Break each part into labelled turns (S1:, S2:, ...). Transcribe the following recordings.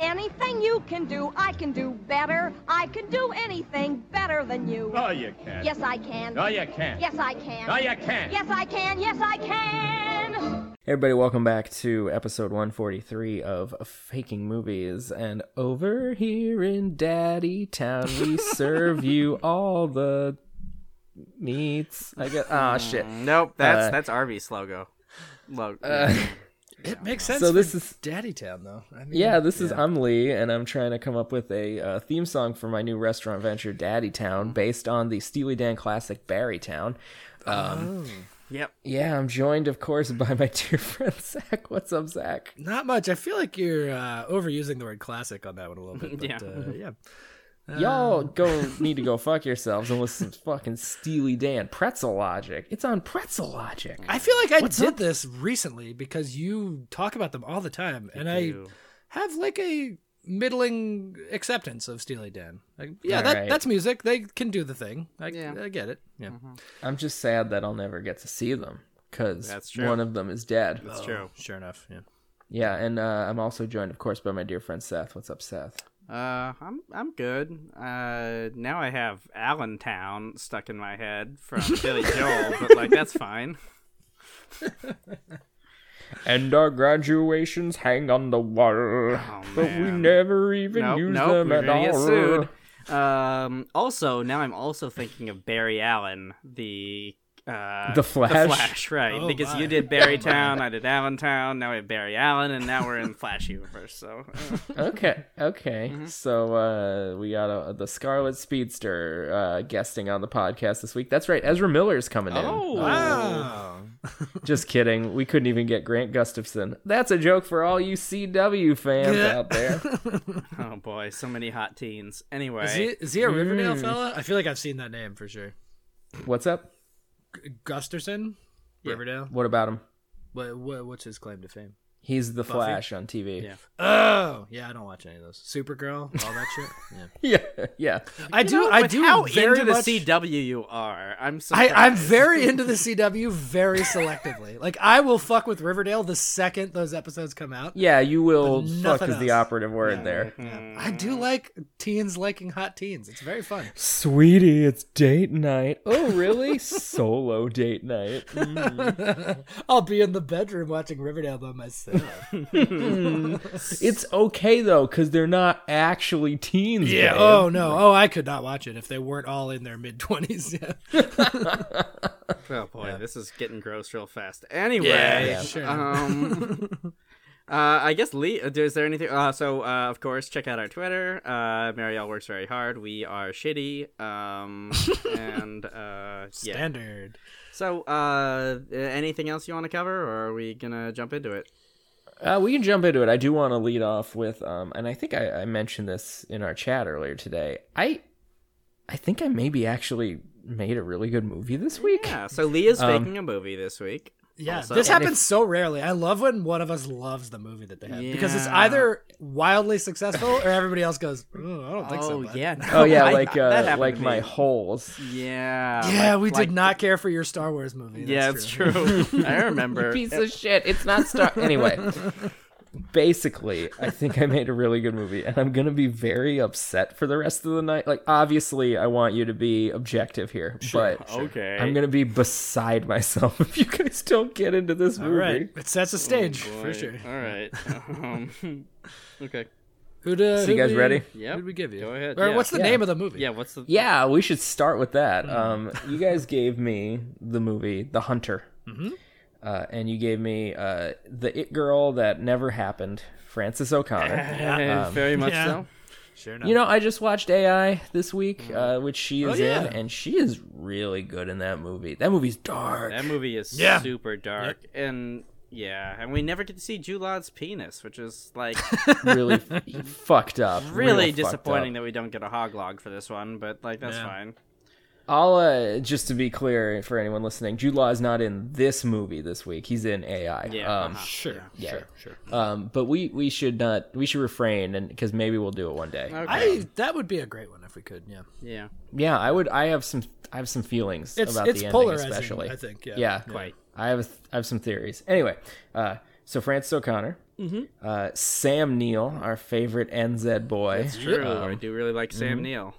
S1: Anything you can do, I can do better. I can do anything better than you.
S2: No, you can't.
S1: Yes, I can.
S2: No, you can't.
S1: Yes, I can.
S2: No, you can't.
S1: Yes, I can. Yes, I can.
S3: Hey everybody, welcome back to episode 143 of Faking Movies. And over here in Daddy Town, we serve you all the meats. I guess. Oh, shit.
S4: Nope, that's
S3: Uh,
S4: that's Arby's logo. Logo.
S5: It makes sense.
S3: So
S5: for
S3: this is-
S5: Daddy Town, though. I mean,
S3: Yeah, this is I'm Lee, and I'm trying to come up with a uh, theme song for my new restaurant venture, Daddy Town, based on the Steely Dan classic Barry Town. Um,
S4: yep.
S3: Yeah, I'm joined, of course, by my dear friend Zach. What's up, Zach?
S5: not much. I feel like you're uh, overusing the word classic on that one a little bit. But,
S4: Yeah.
S5: Uh, yeah.
S3: Y'all go need to go fuck yourselves and listen to fucking Steely Dan Pretzel Logic. It's on Pretzel Logic.
S5: I feel like I did this recently because you talk about them all the time, and
S4: do.
S5: I have like a middling acceptance of Steely Dan. Like, yeah, that,
S3: Alright.
S5: that's music. They can do the thing. I,
S4: Yeah.
S5: I get it. Yeah.
S3: I'm just sad that I'll never get to see them because
S4: That's true.
S3: one of them is dead.
S4: That's true.
S5: Oh, Sure enough. Yeah.
S3: Yeah, and uh, I'm also joined, of course, by my dear friend Seth. What's up, Seth?
S4: Uh, I'm I'm good. Uh, now I have Allentown stuck in my head from Billy Joel, but like that's fine.
S3: And our graduations hang on the wall, but we
S4: Oh, man.
S3: never even
S4: Nope,
S3: use
S4: nope,
S3: them
S4: we're
S3: at
S4: gonna get
S3: all.
S4: sued. Um, also now I'm also thinking of Barry Allen, the uh,
S3: The Flash?
S4: the Flash, right?
S5: Oh,
S4: because
S5: my.
S4: you did Barrytown, I did Allentown. Now we have Barry Allen, and now we're in Flash universe. So uh,
S3: Okay, okay.
S4: Mm-hmm.
S3: So uh, we got uh the Scarlet Speedster uh, guesting on the podcast this week. That's right, Ezra Miller's coming in. Uh,
S4: Oh.
S5: Wow.
S3: Just kidding. We couldn't even get Grant Gustafson. That's a joke for all you CW fans
S5: Yeah.
S3: out there.
S4: oh boy, so many hot teens. Anyway,
S5: Is he, is he a
S3: Mm.
S5: Riverdale fella? I feel like I've seen that name for sure.
S3: What's up?
S5: G- Gusterson, Riverdale.
S3: What about him?
S5: What, what what's his claim to fame?
S3: He's the Flash on TV.
S4: Yeah.
S5: Oh yeah, I don't watch any of those. Supergirl, all that shit. Yeah,
S3: Yeah, yeah.
S5: I do. I do.
S4: How
S5: very
S4: into the
S5: much-
S4: CW you are? I'm
S5: I,
S4: surprised.
S5: I'm very into the CW very selectively. Like I will fuck with Riverdale the second those episodes come out.
S3: Yeah, you will.
S5: But
S3: Fuck
S5: nothing
S3: is the
S5: else.
S3: operative word there.
S5: Yeah. I
S4: Mm.
S5: do like teens liking hot teens. It's very fun.
S3: Sweetie, it's date night. Oh, really? Solo date night.
S5: I'll be in the bedroom watching Riverdale by myself.
S3: It's okay though, because they're not actually teens. babe.
S5: Oh no. Oh, I could not watch it if they weren't all in their mid twenties. Yeah.
S4: Oh boy, this is getting gross real fast. Anyway,
S5: yeah, sure.
S4: um, uh, I guess Lee, uh, is there anything? Uh, so uh, of course, check out our Twitter. Uh, Marielle works very hard. We are shitty. Um, and uh, yeah.
S5: Standard.
S4: So uh, anything else you want to cover, or are we gonna jump into it?
S3: Uh, we can jump into it. I do want to lead off with, um, and I think I, I mentioned this in our chat earlier today. I, I think I maybe actually made a really good movie this week.
S4: Yeah. um, So Lee is faking a movie this week.
S5: Yeah,
S4: Also-
S5: this
S4: And
S5: happens so rarely. I love when one of us loves the movie that they have because it's
S4: Yeah.
S5: either wildly successful or everybody else goes, "Ooh, I don't think so.
S4: Oh
S5: bud."
S4: yeah.
S3: Oh yeah,
S4: I-
S3: like
S4: that
S3: uh,
S4: happened
S3: like
S4: to
S3: my
S4: me.
S3: holes.
S4: Yeah.
S5: Yeah,
S4: like-
S5: we
S4: like-
S5: did not care for your Star Wars movie.
S4: Yeah,
S5: That's
S4: it's true. I remember.
S3: Piece of shit. It's not star. anyway, basically, I think I made a really good movie, and I'm gonna be very upset for the rest of the night. Like, obviously, I want you to be objective here, but
S4: Okay.
S3: I'm gonna be beside myself if you guys don't get into this movie.
S5: All right, it sets a stage for
S4: Oh, Boy,
S5: sure.
S4: All right. Um, okay.
S5: Who do,
S3: So you guys ready?
S4: Yeah.
S5: Who'd we give you?
S4: Go ahead.
S5: Or
S4: yeah.
S5: what's the
S3: Yeah.
S5: name of the movie?
S4: Yeah. What's the?
S3: Yeah, we should start with that.
S4: Mm-hmm.
S3: Um, you guys gave me the movie The Hunter,
S4: Mm-hmm.
S3: uh, and you gave me uh, the It Girl that never happened, Frances O'Connor.
S4: Eh, very much
S5: Um, yeah.
S4: so.
S5: sure enough.
S3: You know, I just watched AI this week,
S4: Mm-hmm.
S3: uh, which she
S4: Oh,
S3: is
S5: yeah.
S3: in, and she is really good in that movie. That movie's dark.
S4: That movie is
S5: Yeah.
S4: super dark and yeah, and we never get to see Julad's penis, which is like
S3: really f- fucked up. real
S4: really
S3: fucked
S4: disappointing
S3: up.
S4: that we don't get a hog log for this one. But like that's
S5: Yeah.
S4: fine.
S3: I'll uh, just to be clear for anyone listening, Jude Law is not in this movie this week. He's in AI.
S4: Yeah,
S3: Um,
S5: Ah,
S4: uh-huh.
S2: Sure,
S3: Yeah.
S2: sure, sure.
S3: um, but we we should not we should refrain and because maybe we'll do it one day.
S4: Okay.
S5: I that would be a great one if we could. Yeah,
S4: yeah.
S3: Yeah, I would. I have some I have some feelings
S5: it's
S3: about
S5: it's
S3: the ending,
S5: polarizing.
S3: especially.
S5: I think. Yeah.
S3: yeah,
S4: Quite.
S3: I have I have some theories. Anyway, uh, so Francis O'Connor, uh, Sam Neill, our favorite NZ boy,
S4: It's true. I do really like
S5: Mm-hmm.
S4: Sam Neill.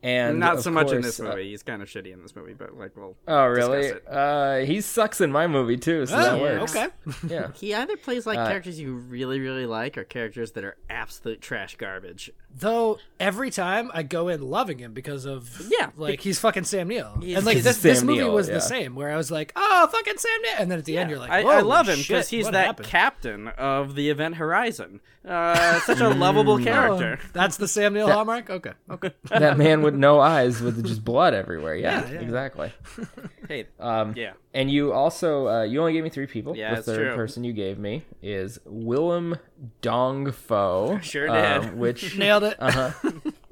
S3: and
S4: Not
S3: of
S4: so much in
S3: course,
S4: this
S3: uh,
S4: movie. He's kind of shitty in this movie, but like, well,
S3: oh, really?
S4: discuss it.
S3: Uh, he sucks in my movie too, so that
S5: Oh,
S3: works.
S5: okay.
S3: Yeah.
S4: He either plays like characters you really, really like or characters that are absolute trash garbage.
S5: Though every time I go in loving him because of
S4: Yeah,
S5: like
S4: bec-
S5: he's fucking Sam Neill,
S4: He's-
S5: and like
S4: he's
S5: this, this
S3: Sam
S5: movie
S3: Neill,
S5: was
S3: yeah.
S5: the same where I was like, oh fucking Sam Neill, and then at the end you're like,
S4: I, I
S5: "Holy
S4: love him
S5: shit,
S4: because he's
S5: what
S4: that
S5: happened?"
S4: captain of the Event Horizon. Uh, such a
S5: Mm.
S4: lovable character.
S5: Oh, That's the Sam Neill hallmark. Okay, okay.
S3: that man with no eyes with just blood everywhere. Yeah, exactly.
S5: Oh.
S4: Hey, um, yeah,
S3: And you also uh, you only gave me three people.
S4: Yeah,
S3: the
S4: that's
S3: third
S4: true.
S3: person you gave me is Willem Dongfo.
S4: Sure
S3: um,
S4: did.
S3: which
S5: Nailed it.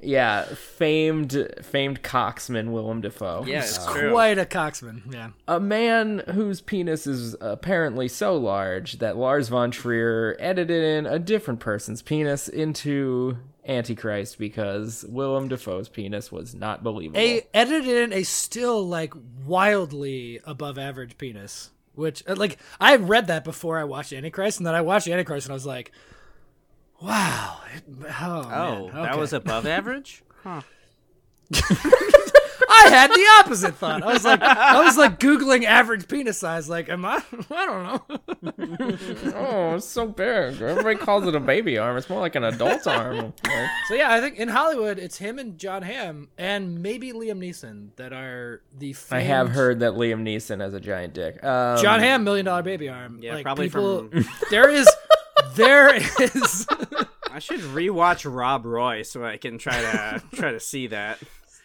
S3: yeah, famed famed coxman Willem Dafoe.
S4: yeah, it's
S3: Uh,
S4: true.
S5: Quite a coxman. Yeah.
S3: a man whose penis is apparently so large that Lars von Trier edited in a different person's penis into Antichrist because Willem Dafoe's penis was not believable.
S5: a edited in a still like wildly above average penis which uh, like i had read that before i watched antichrist and then i watched antichrist and i was like wow it- oh,
S4: Oh,
S5: man,
S4: that
S5: okay.
S4: was above average. Huh.
S5: i had the opposite thought i was like i was like googling average penis size like am i i don't know
S3: oh, it's so big. Everybody calls it a baby arm. It's more like an adult arm. Like,
S5: so yeah i think in hollywood it's him and john hamm and maybe liam neeson that are the
S3: I have
S5: famed-
S3: heard that Liam Neeson has a giant dick. Um,
S5: John Hamm, Million Dollar Baby Arm.
S4: Yeah,
S5: like,
S4: probably
S5: people, There is, there is.
S4: I should rewatch Rob Roy so I can try to try to see that.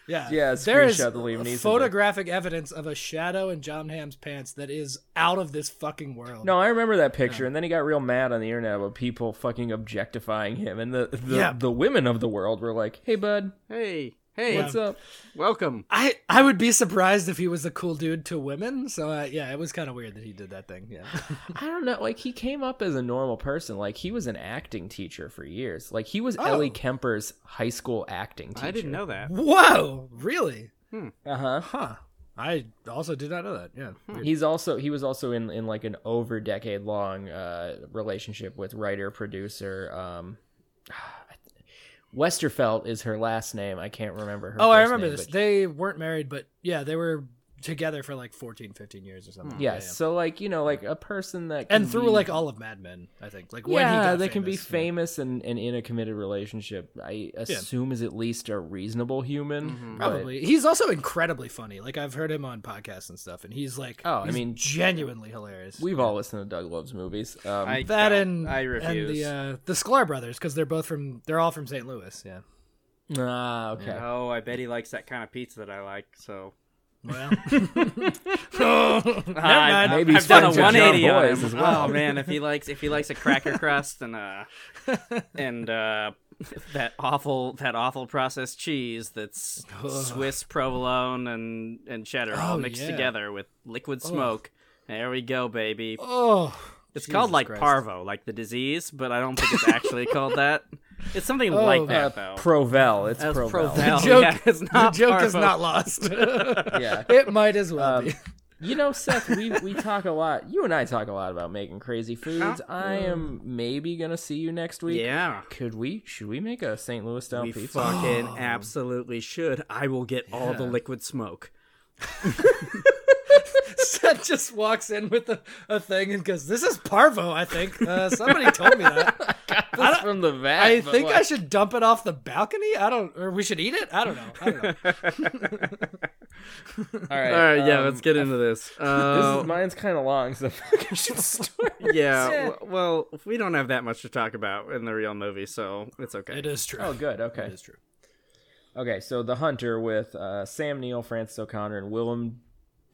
S5: Yeah,
S3: Yeah,
S5: There is
S3: screenshot the Liam Neeson
S5: photographic evidence of a shadow in John Hamm's pants that is out of this fucking world.
S3: No, I remember that picture, and then he got real mad on the internet about people fucking objectifying him, and the the,
S5: Yeah.
S3: the women of the world were like, "Hey, bud,
S4: Hey, hey,
S3: what's up?"
S4: welcome.
S5: I I would be surprised if he was a cool dude to women. So uh, yeah, it was kind of weird that he did that thing. Yeah,
S3: I don't know. Like he came up as a normal person. Like he was an acting teacher for years. Like he was
S5: Oh.
S3: Ellie Kemper's high school acting teacher.
S4: I didn't know that.
S5: whoa, really?
S3: Uh huh.
S5: Huh? I also did not know that. Yeah, Weird.
S3: He's also he was also in in like an over decade long uh, relationship with writer producer. Um, Westerfeld is her last name. I can't remember her.
S5: oh, I
S3: first
S5: remember
S3: name,
S5: this.
S3: but-
S5: They weren't married, but yeah, they were together for like 14, 15 years or something.
S3: Yeah,
S5: Yeah, yeah.
S3: so like you know, like a person that
S5: and
S3: can
S5: through
S3: be-
S5: like all of Mad Men, I think. Like when he
S3: mm. yeah,
S5: got
S3: they can be
S5: famous, yeah.
S3: famous and, and in a committed relationship. I assume is at least a reasonable human. but-
S5: Probably. He's also incredibly funny. Like I've heard him on podcasts and stuff, and he's like,
S3: Oh, I
S5: he's
S3: mean-
S5: genuinely hilarious.
S3: We've all listened to Doug Love's movies. Um,
S4: I
S5: that
S4: don't.
S5: and
S4: I
S5: and
S4: refuse.
S5: the uh, the Sklar brothers because they're both from they're all from St. Louis. Yeah.
S3: ah, okay.
S4: Oh, I bet he likes that kind of pizza that I like. So
S5: Well. Never mind.
S3: maybe he's
S4: I've done
S3: friends
S4: a
S3: with John
S4: 180 on
S3: Boyce
S4: him.
S3: as well.
S4: Oh man, if he likes if he likes a cracker crust and uh and uh that awful that awful processed cheese that's Swiss provolone and and cheddar all
S5: Oh,
S4: mixed
S5: yeah.
S4: together with liquid smoke. There we go, baby.
S5: Oh.
S4: It's called like
S5: Christ.
S4: parvo, like the disease, but I don't think it's actually called that. It's something
S5: Oh,
S4: like
S3: Uh,
S4: that though.
S3: Provel. It's
S4: That's
S3: Provel.
S4: Provel.
S5: The joke-
S4: yeah, it's
S5: The
S4: not
S5: joke is
S4: parvo. Um,
S5: not lost.
S3: yeah.
S5: it might as well be.
S3: You know, Seth, we, we talk a lot. You and I talk a lot about making crazy foods. I am maybe gonna see you next week.
S4: Yeah.
S3: Could we? Should we make a St. Louis style
S4: We
S3: pizza?
S4: fucking absolutely should. I will get all the liquid smoke.
S5: Seth just walks in with a, a thing and goes, "This is parvo." I think uh, somebody told me that. I don't-
S3: from the vat.
S5: I
S3: but
S5: think
S3: like-
S5: I should dump it off the balcony. I don't, or we should eat it. I don't know. I don't know.
S3: All right.
S4: All right, yeah,
S3: um,
S4: let's get into this.
S3: This
S4: Uh,
S3: is, mine's kind of long, so I should start.
S4: yeah, w- well, we don't have that much to talk about in the real movie, so it's okay.
S5: It is true.
S3: Oh, good. Okay.
S5: is true.
S3: Okay, so The Hunter with uh, Sam Neill, Francis O'Connor, and Willem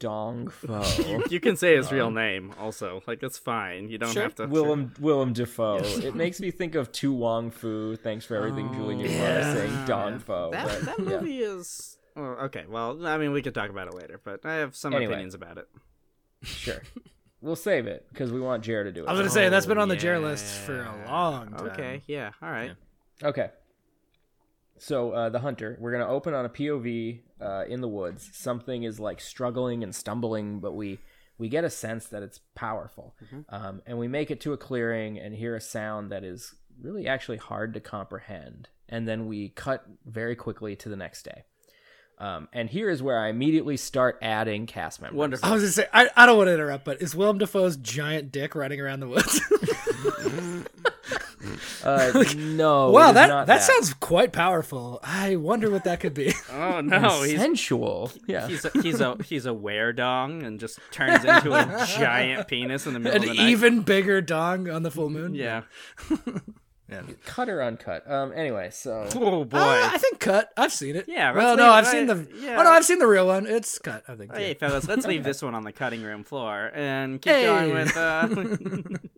S3: Dongfo.
S4: You can say his real name also. Like, that's fine. You don't have to.
S3: Willem Willem Dafoe. It makes me think of Tu Wong Fu. Thanks for everything, Julie Newmar, saying Dongfo.
S4: Oh, That,
S3: but,
S4: that
S3: yeah.
S4: movie is. Uh, Well, okay. Well, I mean, we could talk about it later, but I have some
S3: Anyway.
S4: opinions about it.
S3: Sure. we'll save it because we want Jared to do it.
S5: I was gonna say that's been
S4: Oh,
S5: on the Jer list for a
S4: yeah.
S5: long
S3: Um,
S5: time.
S4: Okay. Yeah. All right.
S3: Okay. So uh, the hunter, we're gonna open on a POV uh, in the woods. Something is like struggling and stumbling, but we we get a sense that it's powerful,
S5: Mm-hmm.
S3: um, and we make it to a clearing and hear a sound that is really actually hard to comprehend. And then we cut very quickly to the next day. Um, and here is where I immediately start adding cast members.
S4: Wonderful.
S5: I was gonna say I, I don't want to interrupt, but is Willem Dafoe's giant dick running around the woods?
S3: Uh, no. it
S5: wow,
S3: is
S5: that,
S3: not
S5: that sounds quite powerful. I wonder what that could be.
S4: Oh no, he's
S3: sensual. Yeah.
S4: he's a, he's a he's a wear dong and just turns into a giant penis in the middle
S5: An
S4: of the night.
S5: even bigger dong on the full moon.
S4: yeah.
S3: cut or uncut. Um. Anyway, so
S4: Oh boy.
S5: Uh, I think cut. I've seen it.
S4: Yeah, let's
S5: Well, no,
S4: leave it
S5: I've
S4: right-
S5: seen the.
S4: yeah.
S5: Oh no, I've seen the real one. It's cut. I think.
S4: hey
S5: yeah.
S4: fellas, let's leave this one on the cutting room floor and keep going
S5: Hey.
S4: with.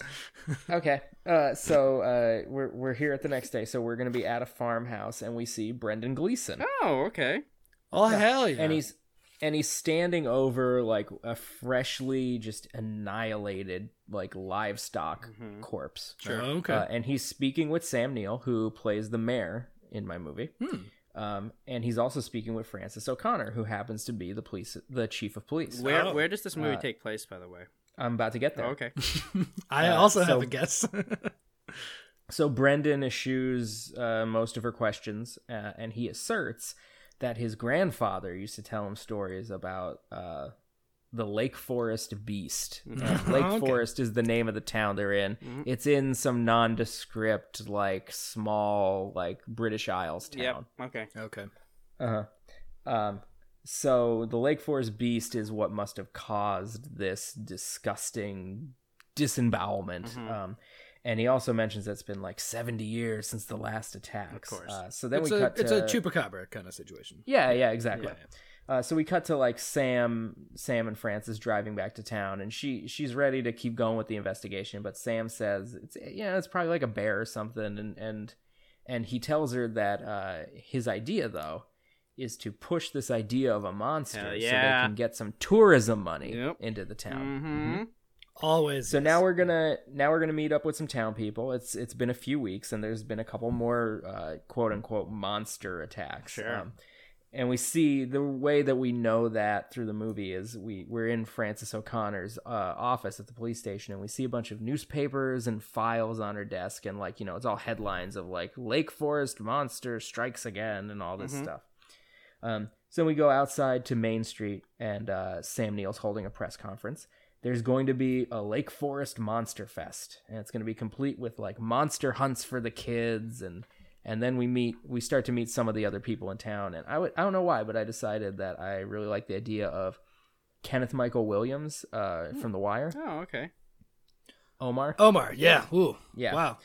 S4: Uh...
S3: Okay. Uh, so uh, we're we're here at the next day. So we're gonna be at a farmhouse, and we see Brendan Gleeson,
S4: oh okay.
S5: Oh hell yeah!
S3: and he's and he's standing over like a freshly just annihilated like livestock
S4: Mhm.
S3: corpse.
S5: Sure. Mm-hmm. Oh, Okay.
S3: Uh, and he's speaking with Sam Neill, who plays the mayor in my movie.
S5: Hmm.
S3: Um, and he's also speaking with Francis O'Connor, who happens to be the police, the chief of police.
S4: Where
S5: Oh.
S4: where does this movie
S3: Uh,
S4: take place, by the way?
S3: I'm about to get
S4: Oh,
S3: there.
S4: okay.
S5: I
S3: uh,
S5: also
S3: so-
S5: have a guess.
S3: So Brendan eschews uh, most of her questions, uh, and he asserts that his grandfather used to tell him stories about uh, the Lake Forest Beast. And Lake
S5: Okay.
S3: Forest is the name of the town they're in. It's in some nondescript, like small, like British Isles town.
S4: Yep. Okay.
S5: okay.
S3: Uh-huh. Um, so the Lake Forest beast is what must have caused this disgusting disembowelment.
S4: Mhm.
S3: Um, and he also mentions that it's been like 70 years since the last attacks.
S4: course.
S3: Uh, so then
S5: it's
S3: we
S5: a
S3: cut
S5: it's
S3: to
S5: a chupacabra kind of situation.
S3: Yeah, yeah, exactly. Uh, so we cut to like Sam, Sam and Francis driving back to town, and she she's ready to keep going with the investigation, but Sam says it's yeah, it's probably like a bear or something, and and and he tells her that uh, his idea though is to push this idea of a monster so they
S4: yeah.
S3: can get some tourism money
S4: Yep.
S3: into the town.
S4: Mm-hmm.
S5: Always.
S3: So
S5: is.
S3: now we're gonna now we're gonna meet up with some town people. It's it's been a few weeks, and there's been a couple more uh, quote unquote monster attacks. Um,
S4: Sure.
S3: and we see the way that we know that through the movie is we we're in Francis O'Connor's uh, office at the police station, and we see a bunch of newspapers and files on her desk, and like you know it's all headlines of like Lake Forest monster strikes again and all this
S4: Mhm.
S3: stuff. Um, so we go outside to Main Street, and uh, Sam Neill's holding a press conference. There's going to be a Lake Forest Monster Fest, and it's going to be complete with like monster hunts for the kids, and and then we meet, we start to meet some of the other people in town. And I would, I don't know why, but I decided that I really like the idea of Kenneth Michael Williams uh, from The Wire,
S4: Oh okay.
S3: Omar.
S5: Omar. Yeah. Ooh.
S3: Yeah.
S5: Oh, Wow.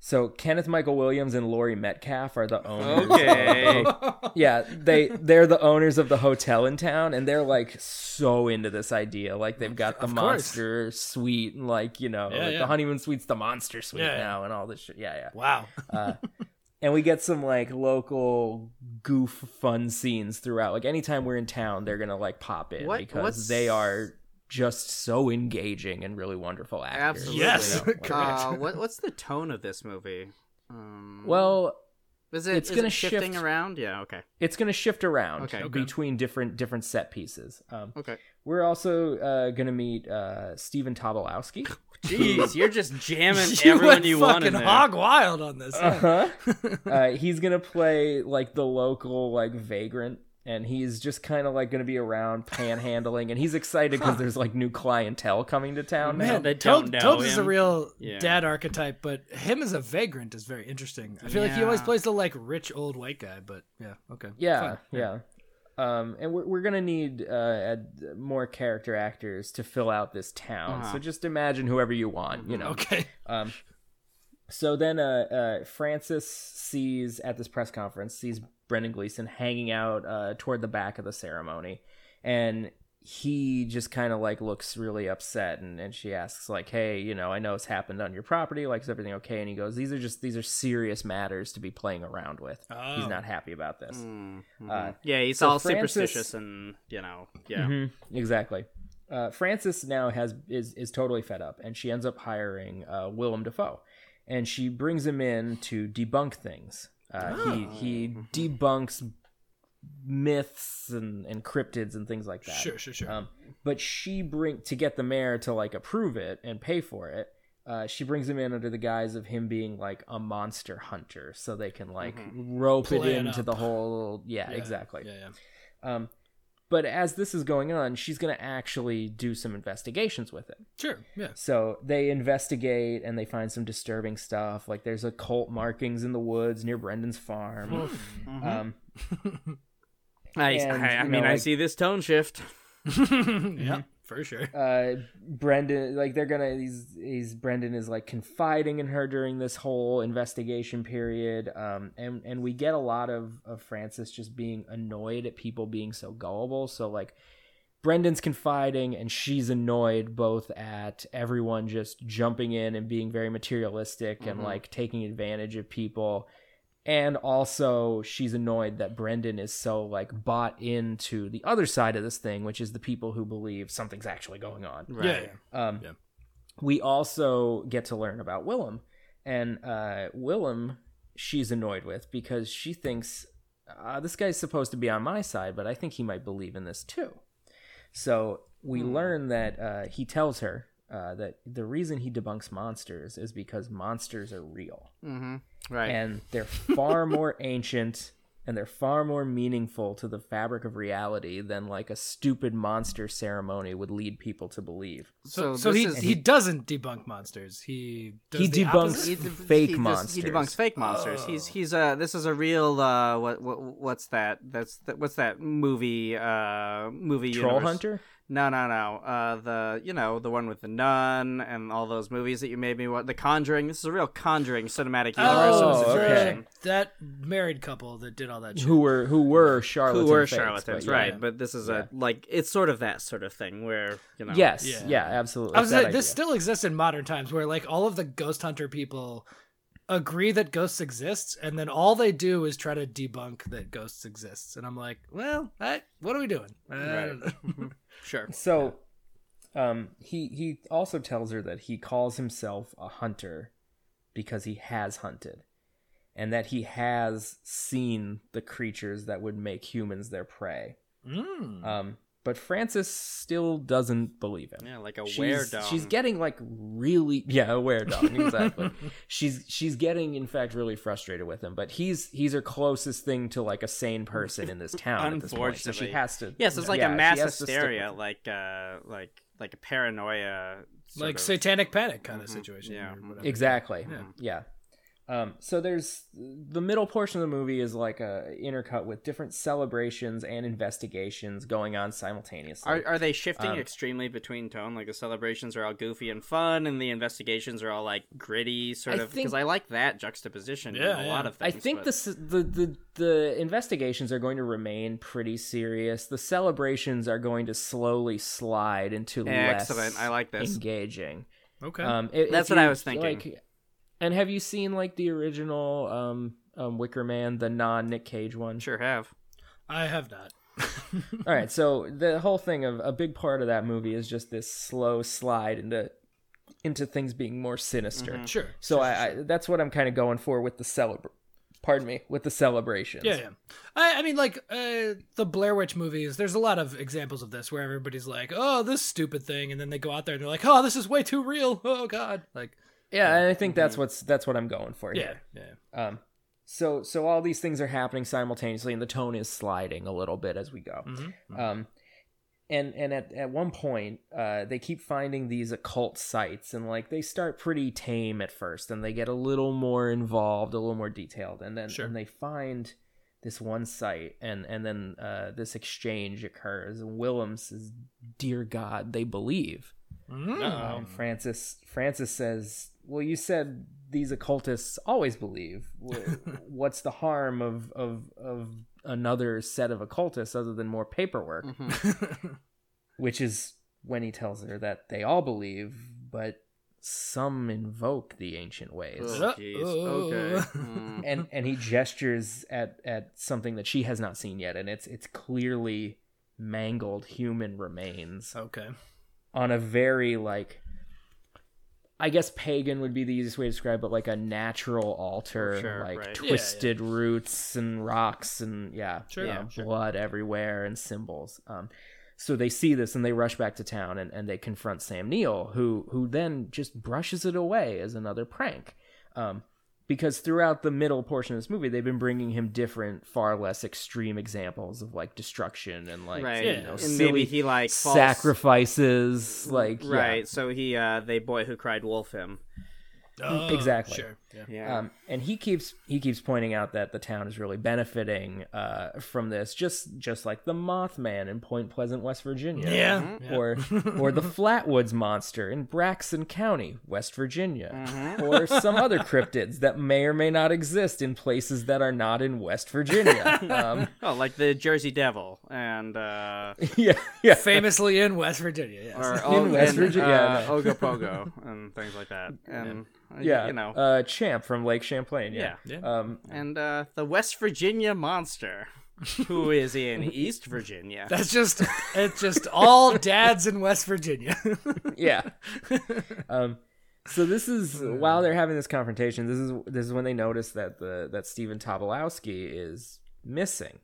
S3: So Kenneth Michael Williams and Laurie Metcalf are the owners. of
S4: Okay.
S3: Oh, yeah they they're the owners of the hotel in town and they're like so into this idea like they've got the
S5: Of course.
S3: monster suite and like you know
S5: Yeah,
S3: like,
S5: yeah.
S3: the honeymoon suite's the monster suite
S5: Yeah, yeah.
S3: now and all this shit yeah yeah Uh,
S5: Wow.
S3: and we get some like local goof fun scenes throughout like anytime we're in town they're gonna like pop in
S4: What-
S3: because
S4: what's-
S3: they are just so engaging and really wonderful actors
S4: Absolutely.
S5: Yes.
S3: You know, like-
S5: Correct.
S4: Uh, what what's the tone of this movie? Um,
S3: well
S4: is it,
S3: it's
S4: is
S3: gonna
S4: it shifting
S3: shift-
S4: around? Yeah. Okay.
S3: it's gonna shift around
S4: Okay. Okay.
S3: between different different set pieces um,
S4: Okay.
S3: We're also uh, gonna meet uh, Stephen Tobolowski.
S4: Jeez, you're just jamming
S5: went
S4: everyone you want
S5: fucking
S4: in there.
S5: hog wild on this.
S3: Uh-huh. uh, he's gonna play like the local like vagrant, and he's just kind of like gonna be around panhandling, and he's excited because there's like new clientele coming to town.
S5: Man,
S4: they
S5: Toad,
S4: don't know
S5: Toad is a
S4: him.
S5: real
S4: Yeah.
S5: dad archetype, but him as a vagrant is very interesting. I feel like he always
S4: Yeah.
S5: plays the like rich old white guy, but yeah, okay,
S3: Yeah,
S5: Fine.
S3: yeah. Um, and we're, we're gonna need uh, ad- more character actors to fill out this town.
S4: Uh-huh.
S3: So just imagine whoever you want. You know.
S5: okay.
S3: Um, so then uh, uh, Francis sees at this press conference sees Brendan Gleeson hanging out uh, toward the back of the ceremony, and he just kind of like looks really upset and, and she asks like hey you know i know it's happened on your property like is everything okay and he goes these are just these are serious matters to be playing around with he's
S5: Oh.
S3: not happy about this
S4: Mhm.
S3: uh,
S4: yeah, he's
S3: so
S4: all
S3: Francis-
S4: superstitious and you know, yeah.
S3: Mhm, exactly uh, francis now has is is totally fed up and she ends up hiring uh, willem dafoe and she brings him in to debunk things uh,
S5: Oh.
S3: he he
S5: Mm-hmm.
S3: debunks myths and, and cryptids and things like that
S5: Sure, sure, sure.
S3: Um, but she bring to get the mayor to like approve it and pay for it. Uh, she brings him in under the guise of him being like a monster hunter, so they can like rope
S5: Play
S3: it
S5: it
S3: into
S5: Mm-hmm. up.
S3: the whole. Yeah,
S5: Yeah,
S3: exactly.
S5: Yeah, yeah.
S3: Um, but as this is going on, she's gonna actually do some investigations with it.
S5: Sure, yeah.
S3: So they investigate and they find some disturbing stuff. Like there's occult markings in the woods near Brendan's farm. Um,
S4: I,
S3: And,
S4: I, I
S3: you
S4: mean,
S3: know,
S4: I
S3: like-
S4: see this tone shift.
S5: yeah, for sure.
S3: uh Brendan like they're gonna he's he's Brendan is like confiding in her during this whole investigation period um and and we get a lot of of Francis just being annoyed at people being so gullible so like Brendan's confiding and she's annoyed both at everyone just jumping in and being very materialistic and like taking advantage of people and also she's annoyed that Brendan is so like bought into the other side of this thing which is the people who believe something's actually going on
S5: Yeah,
S4: Right.
S5: yeah.
S3: um,
S5: Yeah.
S3: We also get to learn about Willem, and uh, Willem she's annoyed with because she thinks uh, this guy's supposed to be on my side, but I think he might believe in this too. So we learn that uh, he tells her uh, that the reason he debunks monsters is because monsters are real
S4: Right.
S3: and they're far more ancient and they're far more meaningful to the fabric of reality than like a stupid monster ceremony would lead people to believe.
S5: So,
S4: So
S5: so
S4: this
S5: he
S4: is-
S5: he doesn't debunk monsters. He does
S3: He
S5: the
S3: debunks-
S5: opposite?
S3: He- fake
S4: he just-
S3: monsters.
S4: he debunks fake monsters. He's he's uh this is a real uh what, what what's that that's that, what's that movie uh movie
S3: Troll
S4: universe?
S3: Hunter?
S4: No no no uh the you know the one with the nun and all those movies that you made me watch The Conjuring. This is a real Conjuring cinematic universe.
S3: Oh,
S4: sort of
S3: okay.
S4: situation.
S5: That married couple that did all that shit.
S3: who were who were charlatans.
S4: Who were charlatans, right?
S3: Yeah.
S4: But this is a like it's sort of that sort of thing where you know
S3: yes,
S5: Yeah.
S3: yeah, absolutely.
S5: I was
S3: That
S5: like, this
S3: idea.
S5: still exists in modern times, where like all of the ghost hunter people agree that ghosts exist, and then all they do is try to debunk that ghosts exist. And I'm like, well, I, what are we doing? Uh, I don't know.
S4: sure
S3: so um he he also tells her that he calls himself a hunter because he has hunted and that he has seen the creatures that would make humans their prey.
S5: Mm.
S4: Uh,
S3: Um but Francis still doesn't believe him.
S4: yeah like a
S3: she's,
S4: weirdo. Mm.
S3: she's getting like really yeah aware dog exactly she's she's getting in fact really frustrated with him but he's he's her closest thing to like a sane person in this town at this point, so she
S4: Unfortunately.
S3: has to
S4: Yes, it's like
S3: yeah,
S4: a
S3: she
S4: mass
S3: has to stick
S4: hysteria,
S3: with it.
S4: like uh, like like a paranoia, sort
S5: like
S4: of- Mm-hmm.
S5: satanic panic kind of situation.
S4: yeah.
S5: or whatever.
S3: exactly yeah, Um, so there's the middle portion of the movie is like a intercut with different celebrations and investigations going on simultaneously
S4: Are are they shifting
S3: Um,
S4: extremely between tone? Like the celebrations are all goofy and fun, and the investigations are all like gritty, sort
S3: I
S4: of.
S3: think-
S4: Because I like that juxtaposition in
S5: Yeah,
S4: a
S5: yeah.
S4: lot of
S3: I
S4: things.
S3: think
S4: but-
S3: the, s- the the the investigations are going to remain pretty serious. The celebrations are going to slowly slide into less
S4: Excellent, I like this.
S3: engaging.
S5: Okay.
S3: Um, i-
S4: That's
S3: if
S4: what I
S3: you-
S4: was thinking.
S3: Like, and have you seen like the original um, um, Wicker Man, the non Nick Cage one?
S4: sure have.
S5: I have not.
S3: All right, so the whole thing of a big part of that movie is just this slow slide into into things being more sinister.
S4: Mm-hmm.
S5: Sure.
S3: So I, I that's what I'm kind of going for with the celebr. Pardon me, with the celebrations.
S5: Yeah, yeah. I, I mean, like uh, the Blair Witch movies. There's a lot of examples of this where everybody's like, "Oh, this stupid thing," and then they go out there and they're like, "Oh, this is way too real. Oh God!" Like,
S3: Yeah, and I think that's what's that's what I'm going for
S5: yeah,
S3: here.
S5: Mm-hmm. yeah.
S3: Um, so so all these things are happening simultaneously, and the tone is sliding a little bit as we go.
S5: Mm-hmm. Uh,
S3: Um, and and at at one point, uh, they keep finding these occult sites, and like they start pretty tame at first, and they get a little more involved, a little more detailed, and then
S5: Sure.
S3: and they find this one site and and then uh, this exchange occurs and willem says dear god they believe
S5: Mm-hmm. Um,
S3: uh, and Francis Francis says, "Well, you said these occultists always believe. Wh- What's the harm of
S4: Mm. Mm-hmm.
S5: Mm-hmm.
S3: of of another set of occultists other than more paperwork?" which is when he tells her that they all believe, but some invoke the ancient ways.
S4: Oh, jeez. Okay. Mm.
S3: and and he gestures at at something that she has not seen yet, and it's it's clearly mangled human remains
S5: Okay.
S3: on a very like I guess pagan would be the easiest way to describe, but like a natural altar,
S4: Oh, Sure,
S3: like
S4: right. Yeah,
S5: yeah.
S3: twisted roots and rocks and yeah,
S5: Sure.
S3: you know,
S4: Yeah, sure.
S3: blood everywhere and symbols. Um, so they see this and they rush back to town and, and they confront Sam Neill, who who then just brushes it away as another prank. Um, because throughout the middle portion of this movie, they've been bringing him different, far less extreme examples of like destruction and like
S4: Right.
S3: you know,
S4: and
S3: silly
S4: maybe he like falls...
S3: sacrifices, like yeah.
S4: Right. So he uh they boy who cried wolf him.
S5: Oh,
S3: exactly.
S5: Sure. Yeah.
S4: Yeah.
S3: Um, and he keeps he keeps pointing out that the town is really benefiting uh, from this, just just like the Mothman in Point Pleasant, West Virginia,
S5: Yeah.
S4: Mm-hmm.
S5: yeah.
S3: or or the Flatwoods monster in Braxton County, West Virginia,
S4: Mm-hmm.
S3: or some other cryptids that may or may not exist in places that are not in West Virginia. Um,
S4: oh, like the Jersey Devil and uh
S3: yeah, yeah.
S5: Famously in West Virginia. Yes.
S4: or
S3: In West
S4: and,
S3: Virginia, yeah,
S4: uh, Ogopogo and things like that. And uh,
S3: yeah,
S4: you know.
S3: uh, Champ from Lake Champlain. Yeah,
S5: Yeah.
S3: Um,
S4: and uh the West Virginia monster who is in East Virginia.
S5: That's just it's just all dads in West Virginia.
S3: yeah. um, so this is while they're having this confrontation. This is this is when they notice that the that Stephen Tobolowski is missing.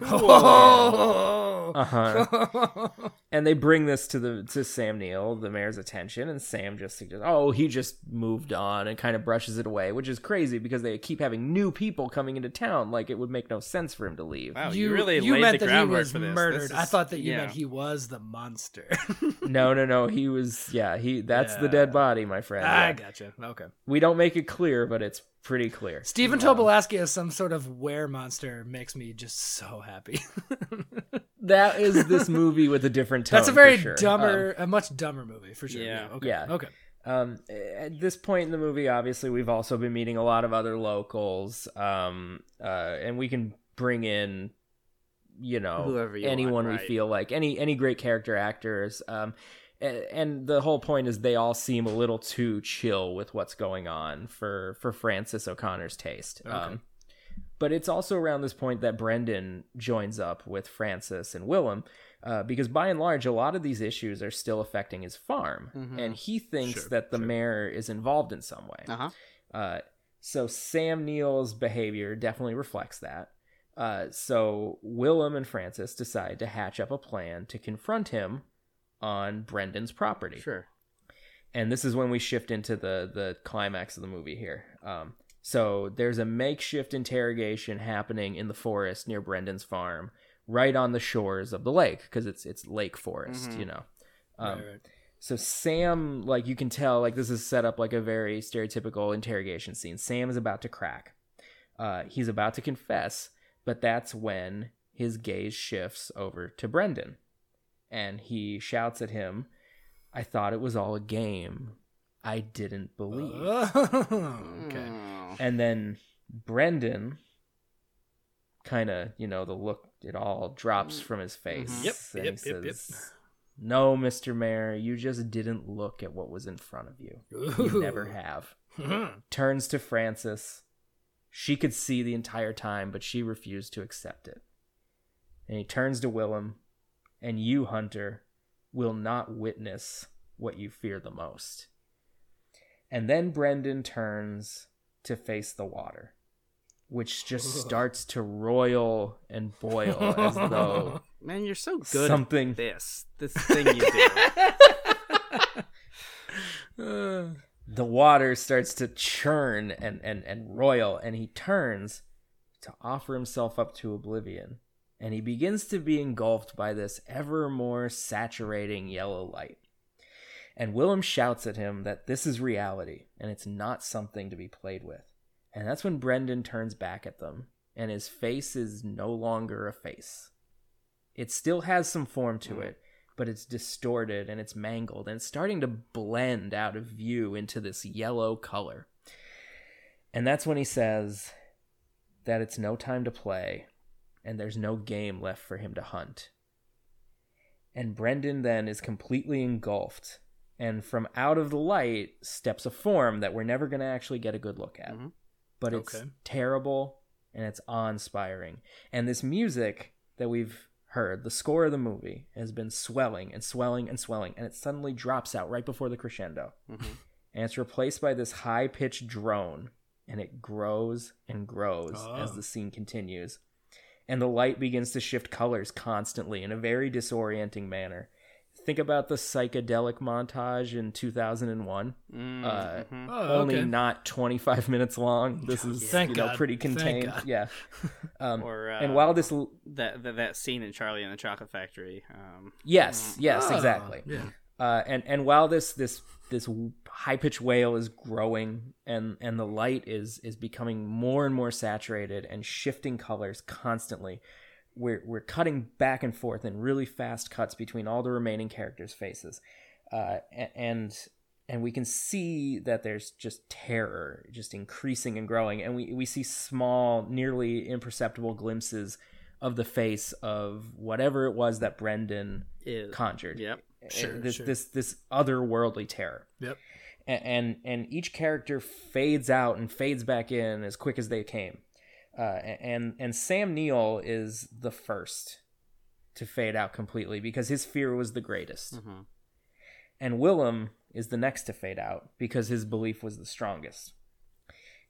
S5: Oh.
S3: Uh huh. and they bring this to the to Sam Neill, the mayor's attention, and Sam just suggests, "Oh, he just moved on," and kind of brushes it away, which is crazy because they keep having new people coming into town. Like it would make no sense for him to leave.
S4: Wow, Oh, you, really
S5: you
S4: laid
S5: meant
S4: the
S5: that he
S4: groundwork
S5: was
S4: for this.
S5: murdered.
S4: This
S5: I
S4: is-
S5: thought that you
S4: yeah.
S5: meant he was the monster.
S3: No, no, no. He was, yeah. He that's the dead body, my friend.
S5: Ah, I
S3: Yeah.
S5: gotcha. Okay.
S3: We don't make it clear, but it's pretty clear.
S5: Stephen Tobolowsky as some sort of were monster makes me just so happy.
S3: That is this movie with a different tone.
S5: That's a very
S3: for sure. Um,
S5: dumber, a much dumber movie for sure.
S4: Yeah.
S5: Okay.
S3: Yeah.
S5: Okay.
S3: Um, um, at this point in the movie, obviously, we've also been meeting a lot of other locals, um, uh, and we can bring in, you know,
S4: Whoever you want,
S3: anyone we
S4: right.
S3: feel like any any great character actors. Um, a- and the whole point is they all seem a little too chill with what's going on for for Francis O'Connor's taste. Um, but it's also around this point that Brendan joins up with Francis and Willem, uh, because by and large, a lot of these issues are still affecting his farm,
S4: Mm-hmm.
S3: and he thinks that the mayor is involved in some way.
S4: Uh-huh.
S3: Uh, so Sam Neill's behavior definitely reflects that. Uh, so Willem and Francis decide to hatch up a plan to confront him on Brendan's property
S4: Sure.
S3: and this is when we shift into the the climax of the movie here. Um, so there's a makeshift interrogation happening in the forest near Brendan's farm, right on the shores of the lake, because it's it's lake forest,
S4: Mm-hmm.
S3: you know. Um,
S5: Right, right.
S3: so Sam, like you can tell, like this is set up like a very stereotypical interrogation scene. Sam is about to crack. Uh, he's about to confess, but that's when his gaze shifts over to Brendan, and he shouts at him, "I thought it was all a game. I didn't believe."
S5: Uh, okay.
S4: Oh.
S3: And then Brendan, kind of, you know, the look it all drops from his face.
S4: Mhm.
S5: Mm-hmm. Yep,
S3: and
S5: yep,
S3: he
S5: yep, yep.
S3: says, No, Mr. Mayor, you just didn't look at what was in front of you. Hmm. You never have.
S5: Mhm.
S3: Turns to Frances. She could see the entire time, but she refused to accept it. And he turns to Willem, and you, Hunter, will not witness what you fear the most. And then Brendan turns to face the water, which just starts to roil and boil as though
S4: Man, you're so good
S3: Something.
S4: at this. This thing you do.
S5: Uh,
S3: the water starts to churn and, and, and roil, and he turns to offer himself up to oblivion. And he begins to be engulfed by this ever more saturating yellow light. And Willem shouts at him that this is reality and it's not something to be played with. And that's when Brendan turns back at them, and his face is no longer a face. It still has some form to it, but it's distorted and it's mangled and it's starting to blend out of view into this yellow color. And that's when he says that it's no time to play and there's no game left for him to hunt. And Brendan then is completely engulfed. And from out of the light steps a form that we're never going to actually get a good look at.
S4: Mhm.
S3: But it's
S5: Okay.
S3: terrible and it's awe inspiring. And this music that we've heard, the score of the movie, has been swelling and swelling and swelling. And it suddenly drops out right before the crescendo.
S5: Mm-hmm.
S4: Mhm.
S3: And it's replaced by this high pitched drone. And it grows and grows as
S5: Oh.
S3: the scene continues and the light begins to shift colors constantly in a very disorienting manner. Think about the psychedelic montage in 2001.
S4: Mm,
S3: Uh,
S4: mhm.
S5: Oh,
S3: Only
S5: okay.
S3: not 25 minutes long. This is
S5: Thank
S3: you know
S5: God.
S3: pretty
S5: Thank
S3: contained.
S5: God.
S3: Yeah. Um,
S4: Or, uh,
S3: and while this, l-
S4: that, that that scene in Charlie and the Chocolate Factory. Um,
S3: yes, yes,
S5: Oh,
S3: exactly.
S5: Yeah.
S3: Uh, and and while this this this high pitched wail is growing and and the light is is becoming more and more saturated and shifting colors constantly, we're we're cutting back and forth in really fast cuts between all the remaining characters' faces, uh, a- and and we can see that there's just terror just increasing and growing, and we we see small, nearly imperceptible glimpses of the face of whatever it was that Brendan
S4: is
S3: conjured
S4: yep.
S5: Sure,
S3: this
S5: sure.
S3: this this otherworldly terror.
S5: Yep.
S3: A- And, and each character fades out and fades back in as quick as they came. Uh, a- and and Sam Neill is the first to fade out completely because his fear was the greatest.
S4: Mhm.
S3: And Willem is the next to fade out because his belief was the strongest.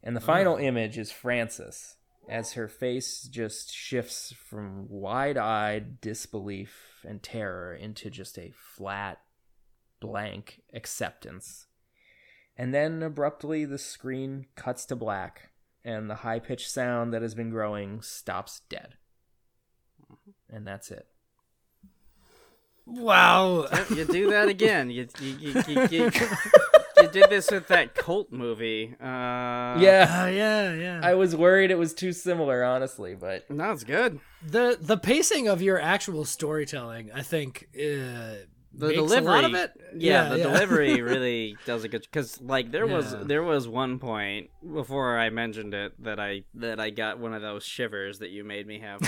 S3: And the final image is Frances as her face just shifts from wide eyed disbelief and terror into just a flat, blank acceptance. And then abruptly the screen cuts to black and the high pitched sound that has been growing stops dead. And that's it.
S5: Wow.
S4: Yep, you do that again. You you, you, you, you, you did this with that cult movie. Uh,
S5: Uh, yeah, yeah.
S3: I was worried it was too similar, honestly, but
S4: no, it's good.
S5: the the pacing of your actual storytelling, I think, uh,
S4: The
S5: the makes
S4: delivery,
S5: a lot of it.
S4: Yeah, the
S5: yeah.
S4: delivery really does a good because like there was
S5: Yeah.
S4: there was one point before I mentioned it that I that I got one of those shivers that you made me have.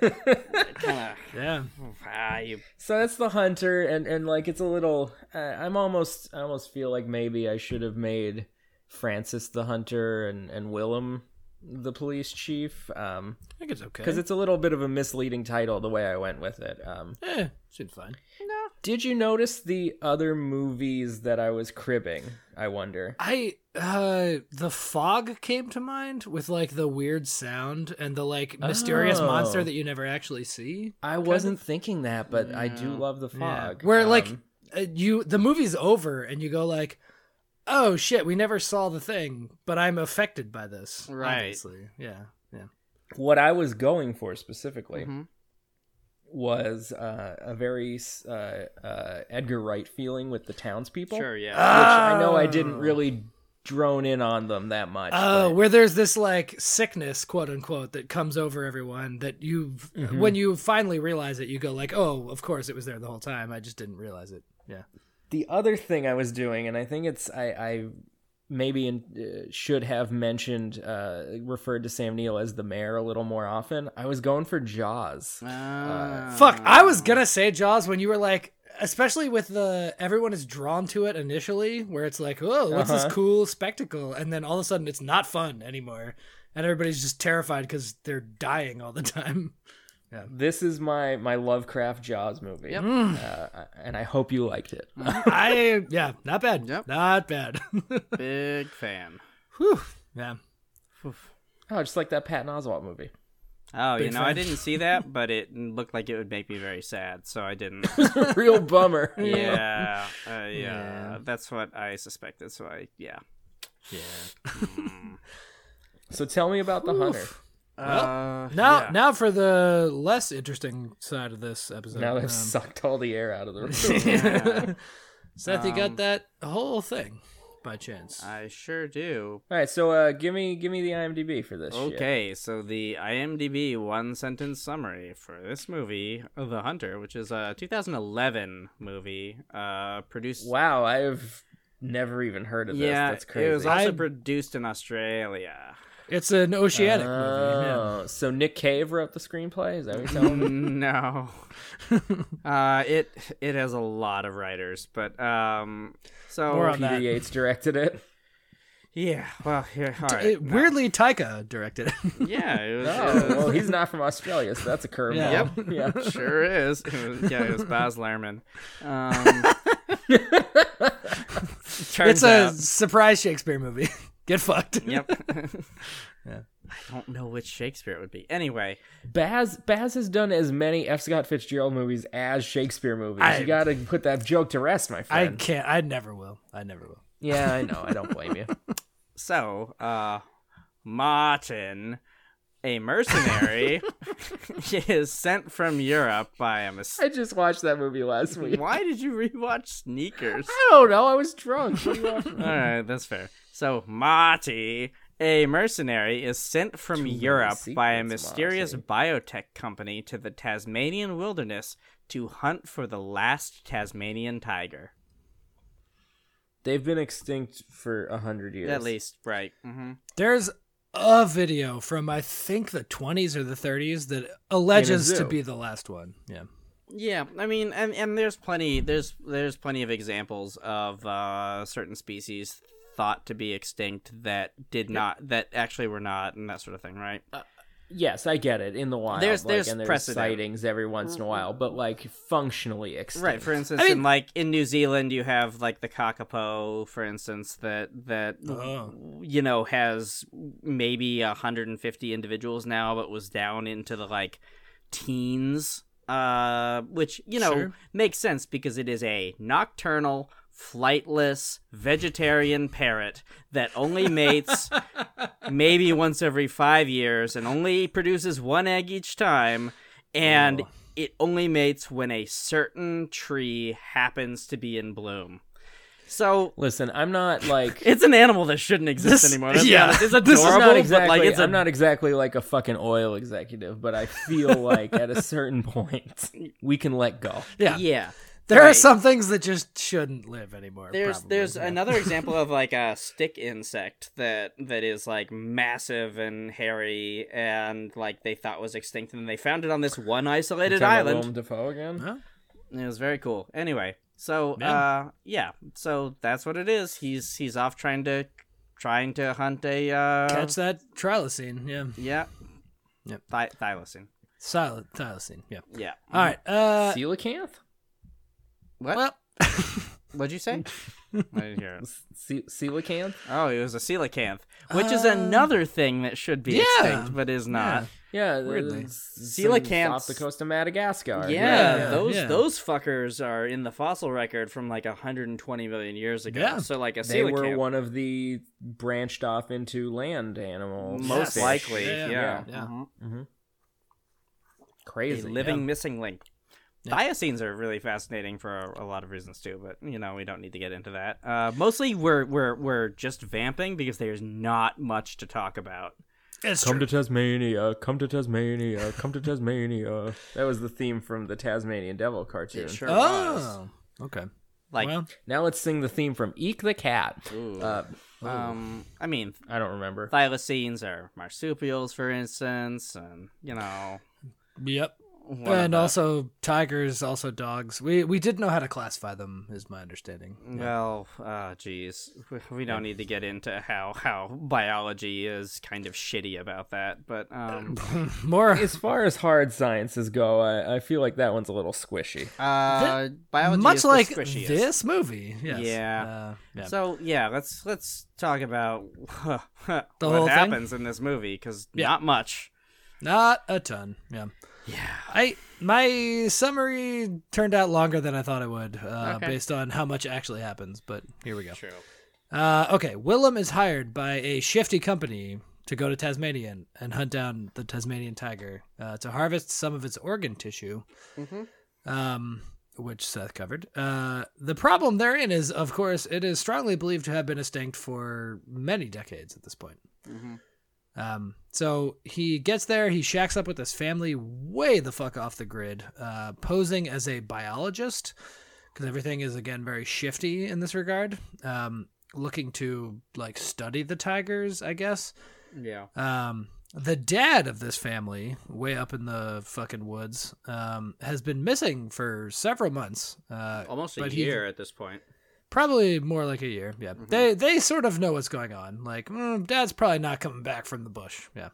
S4: Kind
S5: Yeah.
S4: of ah, you
S3: so that's the hunter, and and like it's a little. Uh, I'm almost, I almost feel like maybe I should have made Francis the hunter and and Willem the police chief, um,
S5: I think it's okay.
S3: because it's a little bit of a misleading title the way I went with it. Um,
S5: eh, seemed fine.
S3: did you notice the other movies that I was cribbing? I wonder.
S5: I uh the fog came to mind with like the weird sound and the like mysterious
S3: Oh.
S5: monster that you never actually see.
S3: I wasn't thinking that, but I do
S4: Yeah.
S3: love the
S5: Yeah.
S3: fog.
S5: Where like
S3: Um,
S5: uh, you the movie's over and you go like oh shit, we never saw the thing, but I'm affected by this.
S4: Right.
S5: Obviously. Yeah. Yeah.
S3: what I was going for specifically
S4: Mhm.
S3: was uh, a very uh, uh, Edgar Wright feeling with the townspeople.
S4: sure yeah.
S3: which I know I didn't
S5: Oh.
S3: really drone in on them that much.
S5: Oh,
S3: but-
S5: where there's this like sickness, quote unquote, that comes over everyone that you,
S3: Mhm.
S5: when you finally realize it, you go like, oh, of course it was there the whole time. I just didn't realize it. Yeah.
S3: the other thing I was doing, and I think it's I, I maybe in, uh, should have mentioned uh, referred to Sam Neill as the mayor a little more often. I was going for Jaws. Uh,
S4: Ah.
S5: Fuck, I was gonna say Jaws when you were like, especially with the everyone is drawn to it initially, where it's like, oh, what's
S3: Uh-huh.
S5: this cool spectacle, and then all of a sudden it's not fun anymore, and everybody's just terrified because they're dying all the time.
S3: This is my my Lovecraft Jaws movie,
S4: Yep. Mm.
S3: uh, and I hope you liked it.
S5: Mm, I yeah, not bad.
S4: Yep.
S5: Not bad.
S4: big fan.
S5: Whew. Yeah.
S3: oh, just like that Patton Oswalt movie.
S4: Oh, you
S5: Big
S4: know, I
S5: fan.
S4: didn't see that, but it looked like it would make me very sad, so I didn't.
S3: Real bummer.
S4: yeah, uh, yeah,
S5: Yeah.
S4: that's what I suspected. So I, yeah.
S3: So tell me about the hunter.
S4: uh,
S5: Now,
S4: yeah.
S5: now for the less interesting side of this episode.
S3: Now they've
S5: Um,
S3: sucked all the air out of the room.
S4: Yeah,
S5: Seth, you got that whole thing by chance.
S4: Um, I sure do.
S3: all right, so uh, give me give me the IMDb for this. shit.
S4: Okay, so the IMDb one sentence summary for this movie, The Hunter, which is a 2011 movie, uh, produced.
S3: Wow, I have never even heard of this.
S4: Yeah,
S3: That's crazy.
S4: it was also
S5: I-
S4: produced in Australia.
S5: It's an oceanic movie. yeah.
S3: Oh, so Nick Cave wrote the screenplay? Is that what you're telling me?
S4: no. uh, it it has a lot of writers, but um, so
S5: More on
S3: Peter
S5: that.
S3: Yates directed it.
S4: yeah. Well, yeah. All right.
S5: It-
S4: no.
S5: Weirdly, Taika directed it.
S4: Yeah. It was,
S3: Oh, well, he's not from Australia, so that's a curveball.
S5: Yeah.
S3: Yeah.
S4: it sure is. It was, yeah, it was Baz Luhrmann. Um,
S5: it's
S4: turns
S5: a
S4: out-
S5: surprise Shakespeare movie. Get fucked.
S4: Yep. I don't know which Shakespeare it would be. Anyway,
S3: Baz Baz has done as many F. Scott Fitzgerald movies as Shakespeare movies.
S5: I-
S3: you got to put that joke to rest, my
S5: I
S3: friend.
S5: can't. I never will. I never will.
S3: Yeah, I know. I don't blame you.
S4: so uh, Martin, a mercenary, is sent from Europe by a mistake.
S3: I just watched that movie last week.
S4: Why did you rewatch Sneakers?
S3: I don't know. I was drunk. What do you want from me?
S4: All right, that's fair. So Marty, a mercenary, is sent from
S3: many
S4: Europe by a
S3: secrets,
S4: mysterious
S3: Marty.
S4: biotech company to the Tasmanian wilderness to hunt for the last Tasmanian tiger.
S3: They've been extinct for a hundred years.
S4: At least, right? Mm-hmm.
S5: There's a video from I think the 20s or the 30s that alleges
S3: zoo.
S5: to be the last one. Yeah.
S4: Yeah, I mean, and, and there's plenty there's there's plenty of examples of uh, certain species thought to be extinct that did not that actually were not and that sort of thing, right?
S3: Uh, Yes, I get it. In the wild,
S4: There's-
S3: like,
S4: there's
S3: and there's
S4: precedent.
S3: sightings every once in a while, but like functionally extinct.
S4: Right. For instance,
S5: I mean-
S4: in like in New Zealand, you have like the kakapo, for instance, that that
S5: Oh.
S4: you know has maybe 150 individuals now, but was down into the like teens, uh, which you know
S5: Sure.
S4: makes sense because it is a nocturnal. Flightless vegetarian parrot that only mates maybe once every five years and only produces one egg each time. And it only mates when a certain tree happens to be in bloom. So
S3: Listen, I'm not like
S4: it's an animal that shouldn't exist
S5: This-
S4: anymore. Let's be
S5: yeah.
S4: honest. It's
S5: This
S4: adorable,
S3: It's
S5: is
S3: not exactly.
S4: but like it's a,
S3: I'm not exactly like a fucking oil executive, but I feel like at a certain point we can let go.
S5: Yeah.
S4: yeah.
S5: There are
S4: right.
S5: some things that just shouldn't live anymore.
S4: There's
S5: probably.
S4: there's
S5: Yeah.
S4: another example of like a stick insect that that is like massive and hairy and like they thought was extinct and they found it on this one isolated island.
S3: Willem Dafoe again.
S5: Huh?
S4: It was very cool. Anyway, so
S5: Yeah.
S4: uh yeah, so that's what it is. He's he's off trying to trying to hunt a uh
S5: catch that thylacine. Yeah.
S4: yeah.
S5: Yep.
S4: Thi- thylacine.
S5: Silent thylacine. Yeah.
S4: Yeah.
S5: All right. Uh
S3: Coelacanth?
S4: What?
S5: well, mm.
S4: What'd you say? I didn't hear it.
S3: Ce- Coelacanth?
S4: Oh, it was a coelacanth, which is another thing that should be
S5: Um, yeah.
S4: extinct but is not.
S3: Yeah,
S5: Weirdly.
S4: Coelacanths-
S3: Coelacanth off the coast of Madagascar.
S4: Yeah,
S5: Yeah,
S4: those
S5: yeah.
S4: those fuckers are in the fossil record from like 120 million years ago.
S5: Yeah.
S4: So like a
S3: They
S4: coelacanth,
S3: were one of the branched off into land animals.
S4: most
S5: Yes.
S4: likely.
S5: Yeah,
S4: Yeah.
S5: yeah, yeah.
S4: Mhm. a
S3: crazy.
S4: living missing link. Bioscenes are really fascinating for a, a lot of reasons too, but you know we don't need to get into that. Uh, mostly we're we're we're just vamping because there's not much to talk about.
S5: it's
S2: Come
S5: true.
S2: to Tasmania, come to Tasmania, come to Tasmania.
S3: That was the theme from the Tasmanian Devil cartoon.
S4: Sure was.
S5: Oh. Okay.
S4: Like
S5: well,
S3: Now let's sing the theme from Eek the Cat.
S4: Ooh.
S3: Uh,
S5: oh.
S4: um, I mean,
S3: I don't remember.
S4: thylacines are marsupials, for instance, and you know,
S5: yep.
S4: one of
S5: and
S4: the-
S5: also tigers, also dogs. We we did know how to classify them, is my understanding.
S4: Well, uh, geez, we don't need to get into how how biology is kind of shitty about that, but um,
S5: More
S3: As far as hard sciences go, I, I feel like that one's a little squishy.
S4: uh, biology
S5: much
S4: is the
S5: like
S4: squishiest.
S5: this movie. Yes.
S4: Yeah.
S5: Uh, yeah.
S4: So yeah, let's let's talk about what
S5: whole thing?
S4: happens in this movie because
S5: Yeah.
S4: not much.
S5: Not a ton. Yeah.
S4: Yeah.
S5: I my summary turned out longer than I thought it would, uh,
S4: Okay.
S5: based on how much actually happens. But here we go.
S4: True.
S5: Uh, okay, Willem is hired by a shifty company to go to Tasmania and hunt down the Tasmanian tiger uh, to harvest some of its organ tissue,
S4: Mm-hmm.
S5: um, which Seth covered. Uh, the problem therein is, of course, it is strongly believed to have been extinct for many decades at this point. Um, so he gets there, he shacks up with his family way the fuck off the grid, uh, posing as a biologist because everything is again very shifty in this regard. Um, looking to like study the tigers, I guess,
S4: Yeah.
S5: Um, the dad of this family, way up in the fucking woods, um, has been missing for several months. Uh,
S4: Almost a
S5: but he-
S4: year at this point.
S5: probably more like a year. Yeah, they they sort of know what's going on. Like, mm, dad's probably not coming back from the bush. Yeah.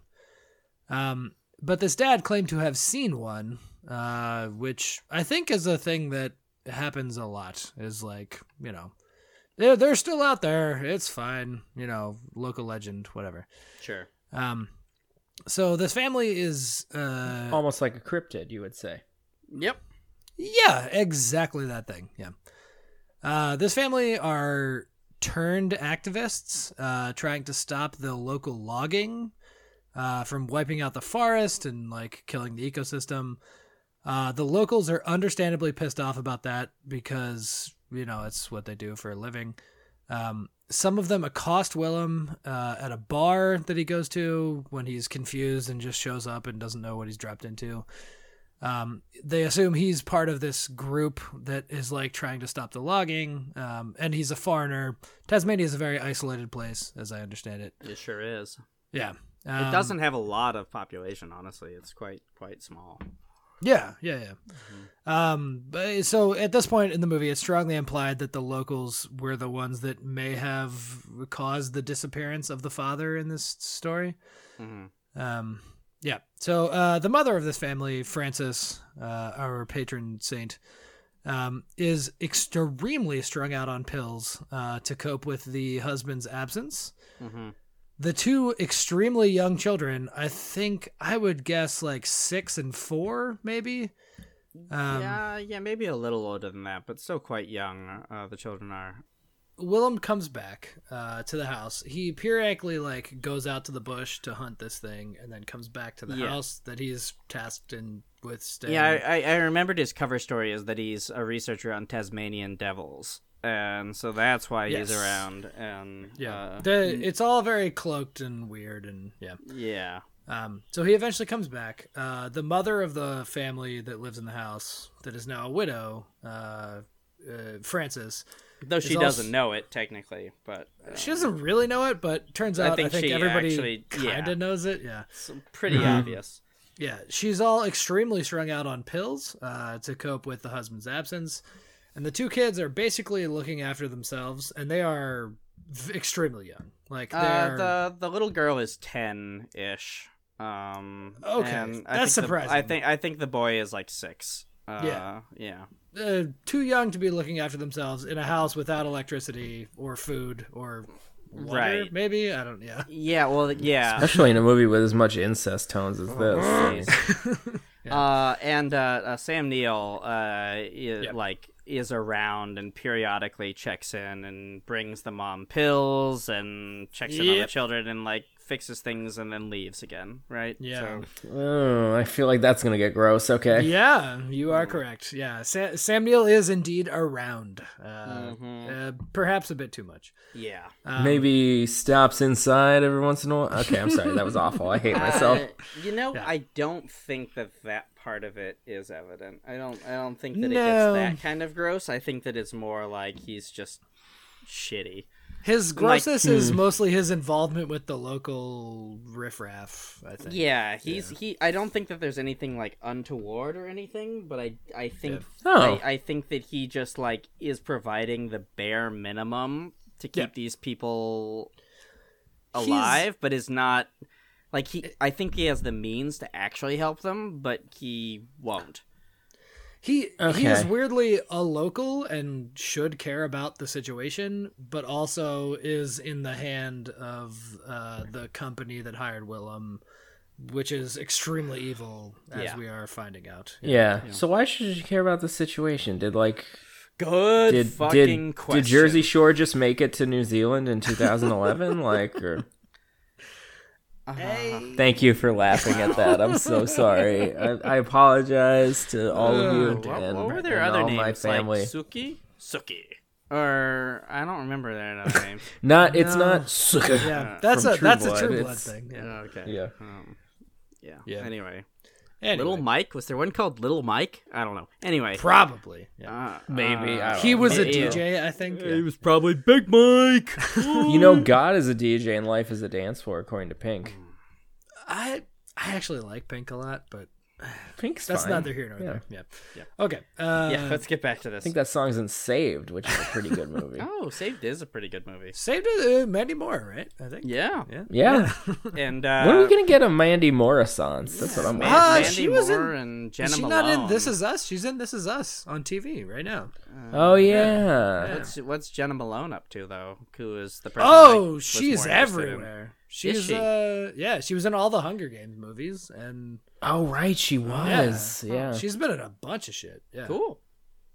S5: Um, but this dad claimed to have seen one, uh, which I think is a thing that happens a lot. Is like you know, they're they're still out there. It's fine. You know, local legend, whatever.
S4: Sure.
S5: Um, so this family is uh,
S3: Almost like a cryptid, you would say.
S4: Yep.
S5: Yeah, exactly that thing. Yeah. Uh, this family are turned activists uh, trying to stop the local logging uh, from wiping out the forest and like killing the ecosystem. Uh, the locals are understandably pissed off about that because, you know, it's what they do for a living. Um, some of them accost Willem uh, at a bar that he goes to when he's confused and just shows up and doesn't know what he's dropped into. Um, they assume he's part of this group that is like trying to stop the logging, um, and he's a foreigner. Tasmania is a very isolated place, as I understand it.
S4: It sure is.
S5: Yeah,
S4: It
S5: Um,
S4: doesn't have a lot of population, honestly. It's quite quite small.
S5: Yeah, yeah, yeah.
S4: Mm-hmm.
S5: Um, but so at this point in the movie, it's strongly implied that the locals were the ones that may have caused the disappearance of the father in this story.
S4: Mhm.
S5: Um, yeah. So uh, the mother of this family, Frances, uh, our patron saint, um, is extremely strung out on pills uh, to cope with the husband's absence. The two extremely young children, I think I would guess like six and four, maybe. Um,
S4: yeah, yeah, maybe a little older than that, but still quite young. Uh, the children are.
S5: Willem comes back uh, to the house. He periodically like goes out to the bush to hunt this thing, and then comes back to the
S4: Yeah.
S5: house that he's tasked in with staying.
S4: Yeah, I, I, I remembered his cover story is that he's a researcher on Tasmanian devils, and so that's why he's
S5: Yes.
S4: around. And
S5: yeah.
S4: uh,
S5: The- it's all very cloaked and weird, and yeah.
S4: yeah,
S5: Um, so he eventually comes back. Uh, the mother of the family that lives in the house, that is now a widow, uh, uh, Frances,
S4: though she
S5: It's also-
S4: doesn't know it technically, but uh,
S5: she doesn't really know it, but turns
S4: I
S5: out I
S4: think
S5: think,
S4: she
S5: everybody
S4: actually- yeah.
S5: kind of knows it. Yeah.
S4: it's pretty
S5: Mm-hmm.
S4: obvious.
S5: Yeah, she's all extremely strung out on pills uh, to cope with the husband's absence, and the two kids are basically looking after themselves, and they are v- extremely young. Like
S4: Uh,
S5: they're
S4: the the little girl is ten ish. Um,
S5: Okay,
S4: and I
S5: that's
S4: think the- I
S5: surprising.
S4: think I think the boy is like six. Uh,
S5: Yeah.
S4: yeah.
S5: uh, too young to be looking after themselves in a house without electricity or food or water.
S4: Right.
S5: Maybe I don't. Yeah,
S4: Yeah, well, yeah.
S3: Especially in a movie with as much incest tones as this.
S4: Uh, and uh, uh, Sam Neill, uh, i- like, is around and periodically checks in and brings the mom pills and checks in on the
S5: Yep.
S4: children and like fixes things and then leaves again, right?
S5: Yeah.
S4: So-
S3: oh, I feel like that's gonna get gross. Okay.
S5: yeah, you are correct. Yeah, Sa- Sam Neill is indeed around, uh, uh, perhaps a bit too much. Um,
S4: yeah.
S3: Maybe stops inside every once in a while. Okay, I'm sorry. That was awful. I hate myself.
S4: Uh, you know, I don't think that that part of it is evident. I don't. I don't think that
S5: No.
S4: it gets that kind of gross. I think that it's more like he's just shitty.
S5: His grossness is
S3: hmm.
S5: mostly his involvement with the local riffraff, I think.
S4: Yeah, he's he. I don't think that there's anything like untoward or anything, but I I think
S3: Oh.
S4: I, I think that he just like is providing the bare minimum to keep
S5: Yeah.
S4: these people alive, but is not like he. I think he has the means to actually help them, but he won't.
S5: He he
S3: Okay.
S5: is weirdly a local and should care about the situation, but also is in the hand of uh, the company that hired Willem, which is extremely evil, as
S4: Yeah.
S5: we are finding out.
S3: Yeah. So why should you care about the situation? Did like
S4: Good
S3: did
S4: fucking
S3: did,
S4: question.
S3: did Jersey Shore just make it to New Zealand in 2011? like, or...
S4: Uh-huh.
S3: thank you for laughing at that. I'm so sorry. I, I apologize to all of you
S4: What,
S3: and,
S4: what were their
S3: and
S4: other
S3: all
S4: names?
S3: my family.
S4: Like Suki, Suki, or I don't remember their other names.
S3: Not it's not.
S5: Yeah, that's
S3: From
S5: a
S3: True
S5: that's
S3: Blood,
S5: a true blood
S3: it's-
S5: thing. Yeah.
S4: okay.
S3: Yeah.
S4: Um, Oh, yeah.
S5: Yeah.
S4: Anyway.
S5: Anyway,
S4: Little Mike? Was there one called Little Mike? I don't know. Anyway.
S5: probably.
S4: uh,
S3: Maybe
S4: uh,
S3: I don't
S5: He
S3: know.
S5: was a
S4: Maybe.
S5: DJ, I think.
S2: It was probably Big Mike.
S3: You know, God is a DJ and life is a dance floor, according to Pink.
S5: I I actually like Pink a lot, but
S3: Pink's
S5: that's
S3: fine.
S5: neither here nor
S3: Yeah.
S5: there. Yeah. Okay. Uh,
S4: yeah, let's get back to
S3: I
S4: this.
S3: think that song's in Saved, which is a pretty good movie.
S4: oh, Saved is a pretty good movie.
S5: Saved uh, Mandy Moore, right? I think.
S4: Yeah.
S3: yeah.
S4: And uh,
S3: when are we gonna get a Mandy Morrisonce? That's what I'm.
S4: Man-
S5: Ah,
S4: Mandy
S5: she was in-
S4: Moore and Jenna
S5: Is she
S4: Malone.
S5: not in This Is Us? She's in This Is Us on TV right now.
S3: Oh yeah.
S4: What's, what's Jenna Malone up to though? Who is the person? I
S5: Oh,
S4: was
S5: she's
S4: more interested in.
S5: everywhere. She's
S4: she?
S5: uh yeah, she was in all the Hunger Games movies and
S3: Oh right, she was.
S5: Oh,
S3: Yeah.
S5: She's been in a bunch of shit. Yeah.
S4: Cool.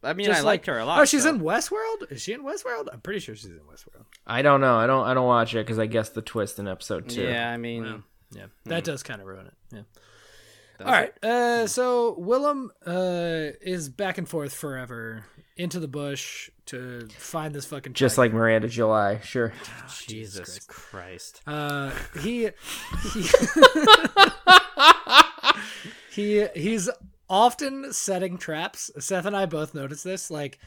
S4: I mean,
S5: Just
S4: I
S5: like-
S4: liked her a lot.
S5: Oh, she's
S4: so-
S5: in Westworld? Is she in Westworld? I'm pretty sure she's in Westworld.
S3: I don't know. I don't. I don't watch it because I guess the twist in episode two.
S4: Yeah, I mean,
S5: Yeah. That does kind of ruin it. Yeah.
S4: Hmm. does
S5: All right.
S4: it?
S5: Uh, so Willem uh, is back and forth forever into the bush to find this fucking
S3: Just
S5: tiger.
S3: like Miranda July. Sure.
S4: Jesus Christ.
S5: Oh, Uh, he he, he he's often setting traps. Seth and I both noticed this. Like,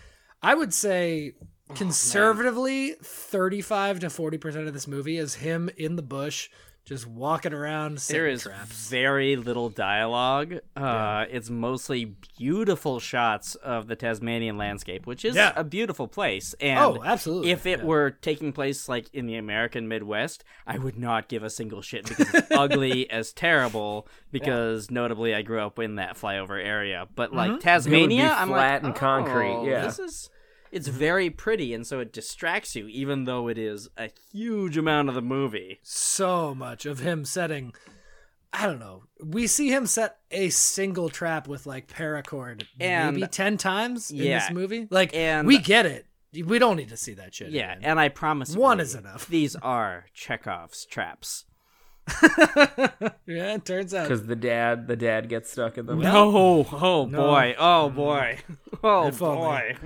S5: I would say
S4: Oh,
S5: conservatively, thirty-five to forty percent of this movie is him in the bush, just walking around setting
S4: There is
S5: traps.
S4: very little dialogue. Uh, It's mostly beautiful shots of the Tasmanian landscape, which is
S5: Yeah.
S4: a beautiful place. And
S5: Oh, absolutely.
S4: If it
S5: Yeah.
S4: were taking place like in the American Midwest, I would not give a single shit because it's ugly as terrible. Because notably, I grew up in that flyover area. But
S5: Mm-hmm.
S4: like Tasmania, I'm
S3: flat
S4: like,
S3: and concrete,
S4: "Oh,
S3: yeah."
S4: this is. It's very pretty, and so it distracts you, even though it is a huge amount of the movie.
S5: so much of him setting. I don't know. We see him set a single trap with like paracord
S4: And-
S5: maybe ten times in
S4: yeah.
S5: this movie. Like
S4: And-
S5: we get it. We don't need to see that shit.
S4: Yeah,
S5: again.
S4: and I promise you,
S5: One
S4: Lee,
S5: is enough.
S4: These are Chekhov's traps.
S5: yeah. It turns out
S3: Because the dad, the dad gets stuck in the.
S4: No, oh boy, oh boy, oh
S5: Mm. If only.
S4: boy,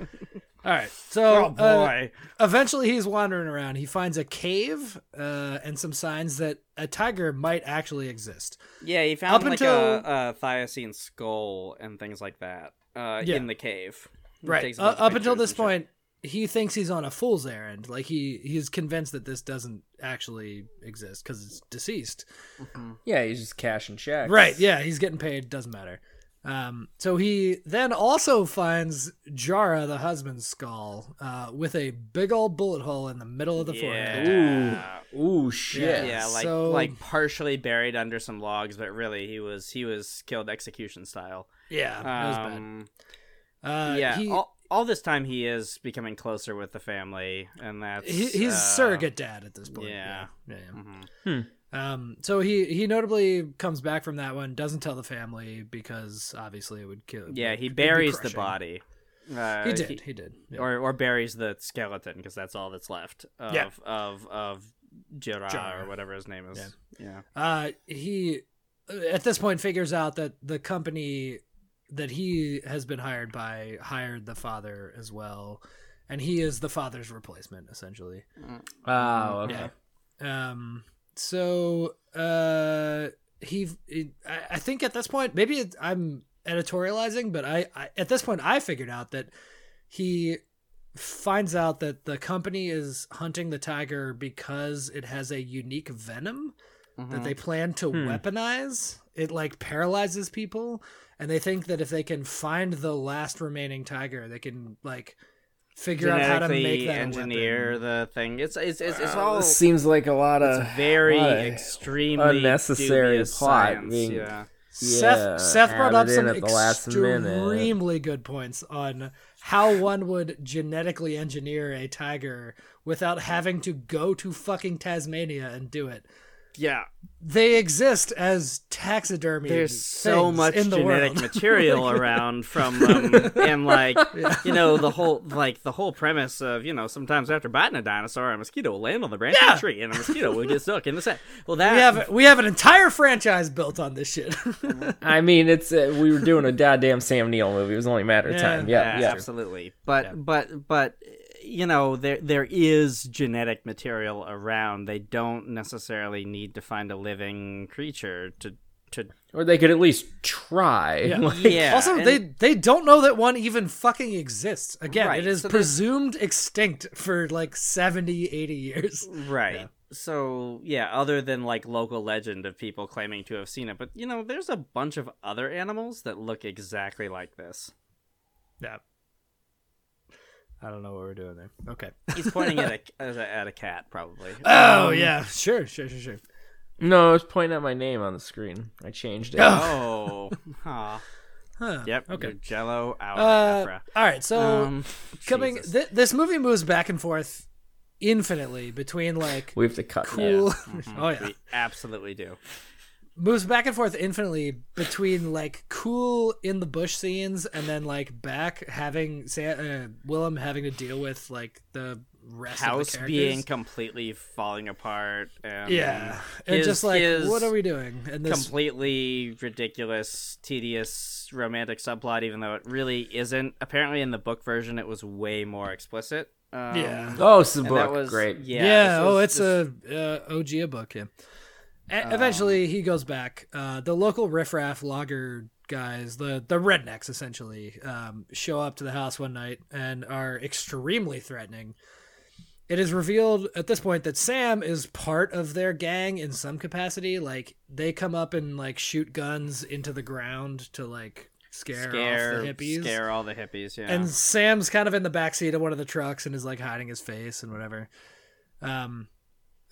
S5: All right. So,
S4: Oh,
S5: uh,
S4: boy.
S5: eventually he's wandering around. He finds a cave uh, and some signs that a tiger might actually exist.
S4: Yeah, he found
S5: Up
S4: like
S5: until-
S4: a, a Thylacine skull and things like that uh,
S5: Yeah.
S4: in the cave. He takes a
S5: Uh,
S4: bunch of
S5: up until
S4: pictures
S5: this
S4: and shit.
S5: point, he thinks he's on a fool's errand. Like he he's convinced that this doesn't actually exist because it's deceased.
S3: Yeah, he's just cashing checks.
S5: Right. Yeah. He's getting paid. Doesn't matter. Um, so he then also finds Jara, the husband's skull, uh, with a big old bullet hole in the middle of the forehead.
S4: yeah.
S3: Ooh shit.
S4: Yeah, like
S5: so-
S4: like partially buried under some logs, but really he was he was killed execution style.
S5: Yeah. that was bad.
S4: Um,
S5: Uh,
S4: yeah,
S5: he-
S4: all, all this time he is becoming closer with the family, and that's
S5: he, he's
S4: uh,
S5: surrogate dad at this point.
S4: yeah.
S5: Yeah. yeah.
S4: mhm.
S5: Um, so he he notably comes back from that one, doesn't tell the family because obviously it would kill.
S4: Yeah,
S5: it'd
S4: he
S5: be
S4: buries the
S5: crushing.
S4: body. Uh,
S5: He did. He, did. Yeah.
S4: or or buries the skeleton because that's all that's left of
S5: Yeah.
S4: of of Jira
S5: Jiraiya.
S4: or whatever his name is. Yeah.
S5: uh, he uh, at this point figures out that the company that he has been hired by hired the father as well, and he is the father's replacement essentially.
S3: Oh, okay.
S5: Yeah. Um. So, uh, he, he- I I think at this point, maybe it, I'm editorializing, but I, I, at this point, I figured out that he finds out that the company is hunting the tiger because it has a unique venom
S4: Hmm.
S5: that they plan to weaponize. It like paralyzes people, and they think that if they can find the last remaining tiger, they can like figure out how to make
S4: Genetically
S5: that a
S4: engineer
S5: weapon.
S4: the thing. It's it's it's, it's all
S3: This seems like a lot of
S4: it's very
S3: lot of
S4: extremely
S3: unnecessary
S4: dubious
S3: plot
S4: science,
S3: being-
S4: Yeah.
S3: Yeah,
S5: Seth Seth brought
S3: added
S5: up
S3: in
S5: some
S3: at the last minute.
S5: extremely good points on how one would genetically engineer a tiger without having to go to fucking Tasmania and do it.
S4: Yeah.
S5: They exist as taxidermy.
S4: There's so
S5: things
S4: much
S5: in the
S4: genetic
S5: world.
S4: material around from them, and like you know the whole like the whole premise of you know sometimes after biting a dinosaur, a mosquito will land on the branch of
S5: Yeah.
S4: a tree, and a mosquito will get stuck in the set. Well, that
S5: we have we have an entire franchise built on this shit.
S3: I mean, it's uh, we were doing a goddamn Sam Neill movie. It was only a matter of
S5: Yeah.
S3: time. Yeah,
S4: Yeah,
S3: yeah.
S4: absolutely. But but but you know there there is genetic material around. They don't necessarily need to find a living creature to to
S3: Or they could at least try.
S5: Yeah.
S3: Like,
S4: Yeah.
S5: also,
S4: and-
S5: they they don't know that one even fucking exists. Again,
S4: Right,
S5: it is
S4: so they-
S5: presumed extinct for like 70, 80 years.
S4: Right. So yeah, other than like local legend of people claiming to have seen it, but you know, there's a bunch of other animals that look exactly like this.
S5: Yeah. I don't know what we're doing there. Okay.
S4: He's pointing at a at a, at a cat, probably.
S5: Oh yeah, sure, sure, sure, sure.
S3: No, I was pointing at my name on the screen. I changed it.
S4: Oh. Aw.
S5: Huh.
S4: Yep.
S5: Okay.
S4: Okay. Jello out.
S5: Uh, all right. So
S4: Um,
S5: coming,
S4: Jesus.
S5: th- this movie moves back and forth infinitely between like
S3: We have to cut that.
S5: cool. oh yeah.
S4: We absolutely do.
S5: moves back and forth infinitely between like cool in the bush scenes and then like back having Sa uh, Willem having to deal with like the rest of
S4: House
S5: the characters.
S4: being completely falling apart. And
S5: yeah, and
S4: his-
S5: just like
S4: his
S5: what are we doing? And this
S4: completely ridiculous, tedious romantic subplot, even though it really isn't. Apparently, in the book version, it was way more explicit. Um,
S5: Yeah.
S3: Oh, it's the
S4: and that
S3: book.
S4: was
S3: Great.
S4: Yeah.
S5: yeah,
S4: this
S5: oh,
S4: was-
S5: it's
S4: this- Um,
S5: a uh, OG a book. Yeah. E- eventually, he goes back. Uh, the local riffraff logger guys, the the rednecks essentially, um, show up to the house one night and are extremely threatening. It is revealed at this point that Sam is part of their gang in some capacity. Like they come up and like shoot guns into the ground to like scare,
S4: scare
S5: off the hippies.
S4: scare all the hippies. Yeah,
S5: And Sam's kind of in the backseat of one of the trucks and is like hiding his face and whatever. Um,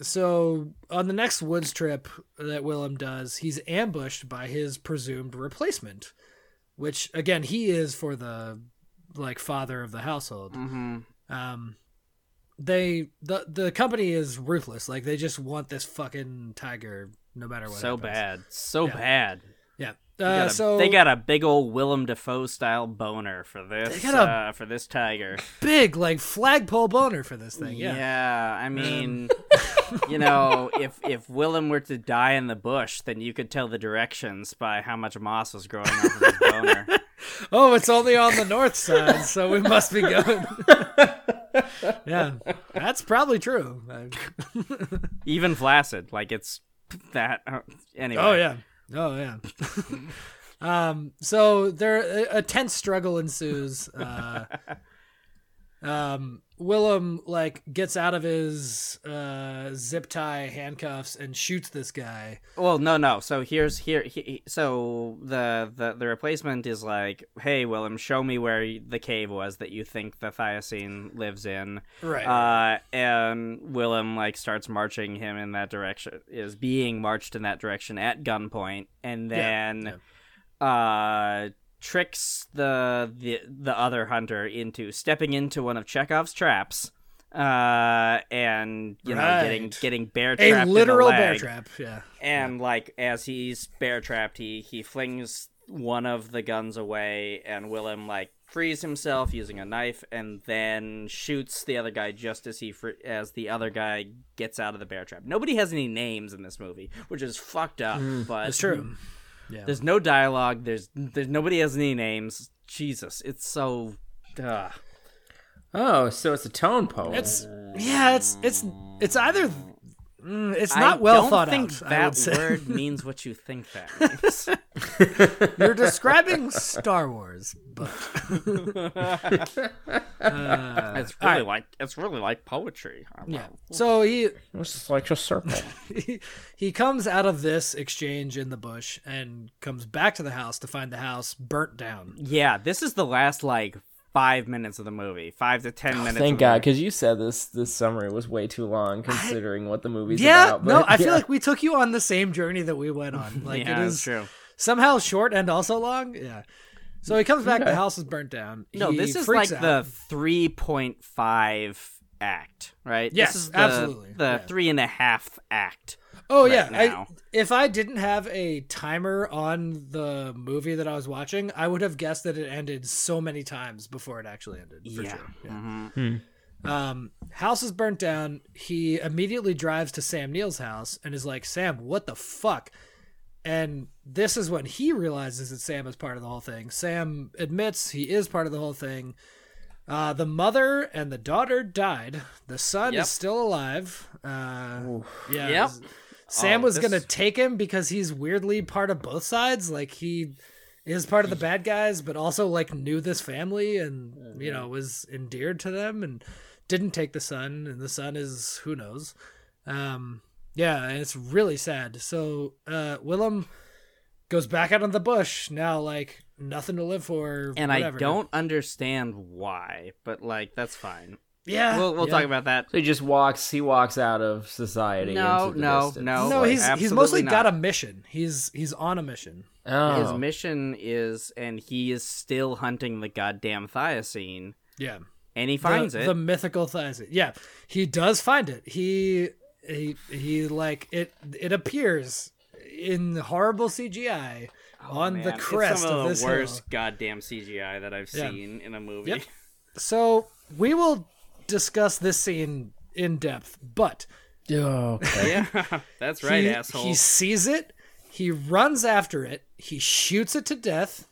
S5: so on the next woods trip that Willem does, he's ambushed by his presumed replacement, which again he is for the like father of the household.
S4: hmm
S5: Um, they the the company is ruthless. Like they just want this fucking tiger no matter what.
S4: so
S5: happens.
S4: bad, so
S5: Yeah.
S4: bad.
S5: Yeah.
S4: They
S5: Uh,
S4: got a-
S5: so
S4: they got a big old Willem Dafoe style boner for this.
S5: They got a-
S4: uh, for this tiger.
S5: big like flagpole boner for this
S4: Mm,
S5: thing. Yeah.
S4: Yeah, I mean, you know, if if Willem were to die in the bush, then you could tell the directions by how much moss was growing on his boner.
S5: Oh, it's only on the north side, so we must be going. yeah, that's probably true. I-
S4: Even flaccid, like it's that. Uh, anyway.
S5: Oh yeah, oh yeah. um, so there, a, a tense struggle ensues. Uh, um, Willem like gets out of his uh, zip tie handcuffs and shoots this guy.
S4: Well, no, no. So here's here. He, he- so the, the the replacement is like, hey, Willem, show me where y- the cave was that you think the Thylacine lives in.
S5: Right.
S4: Uh, and Willem like starts marching him in that direction. Is being marched in that direction at gunpoint, and then, uh, tricks the the the other hunter into stepping into one of Chekhov's traps. Uh, and you know, getting
S5: Right.
S4: getting bear trapped
S5: a
S4: in the
S5: literal bear
S4: leg.
S5: trap. Yeah.
S4: And like as he's bear trapped, he he flings one of the guns away, and Willem like frees himself using a knife, and then shoots the other guy just as he fr- as the other guy gets out of the bear trap. Nobody has any names in this movie, which is fucked up. but
S5: That's Mm, true. Yeah.
S4: There's no dialogue. There's there's nobody has any names. Jesus, it's so. Ugh.
S3: Oh, so it's a tone poem.
S5: It's
S4: Uh,
S5: yeah. It's it's it's either. mm, It's
S4: I
S5: not well
S4: don't
S5: thought
S4: think
S5: out.
S4: That
S5: I would say.
S4: word means what you think that means.
S5: You're describing Star Wars, but
S4: it's really like it's really like poetry.
S5: yeah. So he
S3: It's just like a circle.
S5: he- he comes out of this exchange in the bush and comes back to the house to find the house burnt down.
S4: Yeah, this is the last like five minutes of the movie, five to ten minutes.
S3: Thank
S4: of
S3: God,
S4: the
S3: because you said this this summary was way too long considering what the movie's
S5: Yeah,
S3: about.
S5: no,
S3: but
S5: I feel
S3: yeah.
S5: like we took you on the same journey that we went on. Like
S4: movie. Yeah,
S5: it
S4: it's
S5: is
S4: true.
S5: somehow short and also long. Yeah. So he comes back. The house is burnt down.
S4: No,
S5: He
S4: this is
S5: freaks
S4: like
S5: out.
S4: the three point five act, right?
S5: Yes,
S4: this is the,
S5: absolutely,
S4: The
S5: yeah.
S4: three and a half act.
S5: Oh
S4: right
S5: yeah, I,
S4: now.
S5: if I didn't have a timer on the movie that I was watching, I would have guessed that it ended so many times before it actually ended. For
S4: yeah.
S5: sure.
S4: mhm.
S5: Um, house is burnt down. He immediately drives to Sam Neill's house and is like, "Sam, what the fuck?" And this is when he realizes that Sam is part of the whole thing. Sam admits he is part of the whole thing. Uh, the mother and the daughter died. The son
S4: Yep.
S5: is still alive. Uh, yeah.
S4: Yep.
S5: Sam
S4: Oh,
S5: was
S4: this-
S5: gonna take him because he's weirdly part of both sides. Like he is part of the bad guys, but also like knew this family and you know was endeared to them and didn't take the son. And the son is who knows. Um, yeah, and it's really sad. So uh, Willem goes back out on the bush now, like nothing to live for.
S4: and
S5: whatever.
S4: I don't understand why, but like that's fine.
S5: Yeah,
S4: We'll we'll
S5: Uh, yeah.
S4: talk about that.
S3: So he just walks. He walks out of society.
S4: No,
S3: into the
S4: no,
S3: distance.
S4: no.
S5: No,
S4: like,
S5: he's he's
S4: absolutely
S5: mostly
S4: not.
S5: got a mission. He's he's on a mission.
S3: Oh.
S4: His mission is, and he is still hunting the goddamn thiocene,
S5: Yeah.
S4: and he finds
S5: the,
S4: it.
S5: the mythical thiocene. Yeah, he does find it. He he he like it. It appears in horrible CGI on the
S4: Oh, Man, it's
S5: crest
S4: some
S5: of,
S4: of, the
S5: this
S4: worst
S5: hill.
S4: goddamn CGI that I've
S5: Yeah.
S4: seen in a movie.
S5: Yep. So we will discuss this scene in depth, but
S4: yeah, that's right,
S5: he,
S4: asshole.
S5: he sees it. He runs after it. He shoots it to death.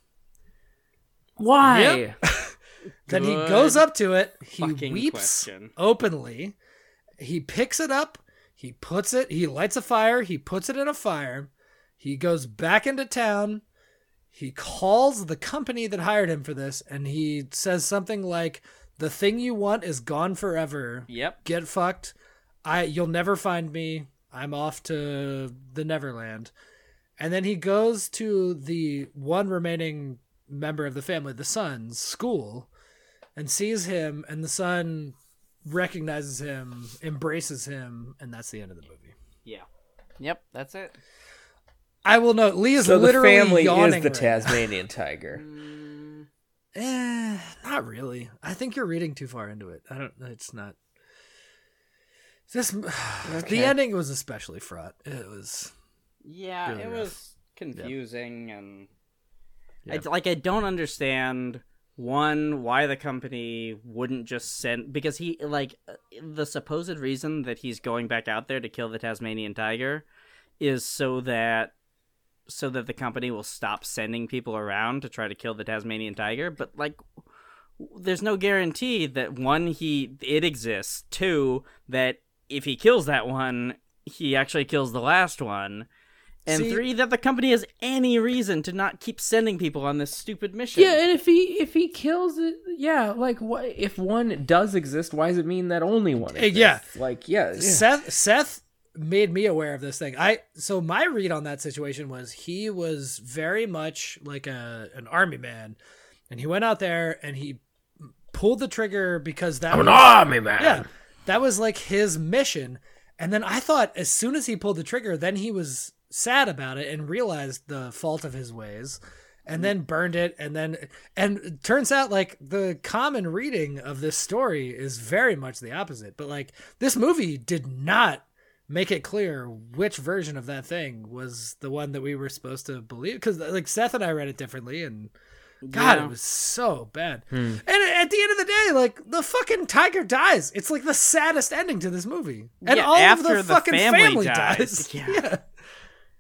S3: Why?
S5: Then he
S4: Good
S5: goes up to it. He
S4: fucking
S5: weeps
S4: question.
S5: openly. He picks it up. He puts it. He lights a fire. He puts it in a fire. He goes back into town. He calls the company that hired him for this, and he says something like, "The thing you want is gone forever.
S4: Yep.
S5: Get fucked. I you'll never find me. I'm off to the Neverland." And then he goes to the one remaining member of the family, the son's school, and sees him, and the son recognizes him, embraces him, and that's the end of the movie.
S4: Yeah. Yep. That's it.
S5: I will note Lee is
S6: So the
S5: literally
S6: family
S5: yawning
S6: is the
S5: right
S6: Tasmanian tiger.
S5: now. Eh, not really. I think you're reading too far into it. I don't. It's not. This the ending was especially fraught. It was
S4: Yeah,
S5: Really
S4: it
S5: rough.
S4: was confusing and I, like I don't understand one why the company wouldn't just send because he like uh, the supposed reason that he's going back out there to kill the Tasmanian tiger is so that so that the company will stop sending people around to try to kill the Tasmanian tiger but like w- there's no guarantee that one he it exists two that if he kills that one he actually kills the last one and
S5: See-
S4: three that the company has any reason to not keep sending people on this stupid mission
S3: Yeah, and if he if he kills it, yeah, like what if one does exist? Why does it mean that only one?
S5: Eh,
S3: Exists?
S5: yeah.
S3: like yeah, yeah.
S5: Seth. Seth made me aware of this thing. I so my read on that situation was he was very much like a an army man, and he went out there and he pulled the trigger because that was,
S3: army man.
S5: yeah that was like his mission. And then I thought as soon as he pulled the trigger, then he was sad about it and realized the fault of his ways. And then burned it, and then and it turns out like the common reading of this story is very much the opposite. But like this movie did not make it clear which version of that thing was the one that we were supposed to believe because like seth and i read it differently and god
S4: Yeah. Hmm.
S5: it was so bad and at the end of the day like the fucking tiger dies it's like the saddest ending to this movie and
S4: Yeah,
S5: all
S4: after
S5: of
S4: the
S5: the fucking
S4: family
S5: family,
S4: dies.
S5: dies,
S4: Yeah.
S5: yeah,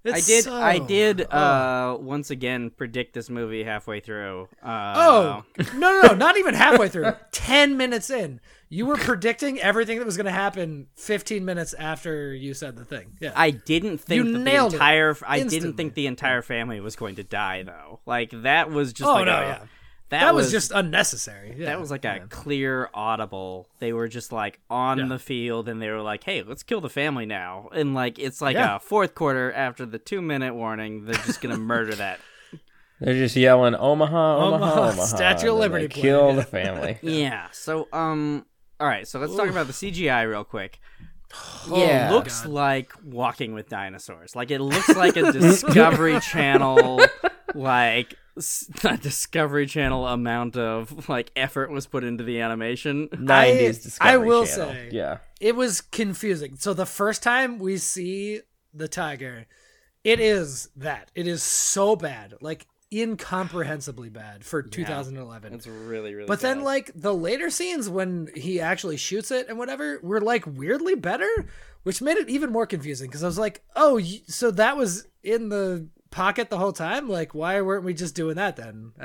S5: It's
S4: I did.
S5: so-
S4: I did. Uh, once again, predict this movie halfway through. Uh,
S5: Oh no, no, no! Not even halfway through. Ten minutes in, you were predicting everything that was going to happen. Fifteen minutes after you said the thing, yeah.
S4: I didn't think
S5: You
S4: that the
S5: nailed it
S4: entire. I didn't
S5: instantly.
S4: think the entire family was going to die though. Like that was just.
S5: Oh,
S4: like
S5: no,
S4: a-
S5: yeah.
S4: That,
S5: that
S4: was
S5: was, just unnecessary. Yeah.
S4: That was like a clear audible. They were just like on the field, and they were like, "Hey, let's kill the family now." And like it's like
S5: Yeah.
S4: a fourth quarter after the two minute warning, they're just gonna murder that.
S6: They're just yelling Omaha, Omaha,
S5: Omaha,
S6: Omaha.
S5: Statue of
S6: and then they
S5: Liberty plan,
S6: Kill
S5: yeah.
S6: the family.
S4: Yeah. So um. All right. So let's talk about the CGI real quick.
S6: yeah.
S5: Oh,
S4: It looks like Walking with Dinosaurs. Like it looks like a Discovery Channel, like s- a Discovery Channel amount of like effort was put into the animation.
S6: Nineties Discovery
S5: I will
S6: Channel.
S5: say-
S6: yeah.
S5: it was confusing. So the first time we see the tiger, it is that. It is so bad. Like incomprehensibly bad for 2011.
S4: It's really really.
S5: but then
S4: bad.
S5: like the later scenes when he actually shoots it and whatever were like weirdly better, which made it even more confusing because I was like, "Oh, y- so that was in the pocket the whole time? Like, why weren't we just doing that then? I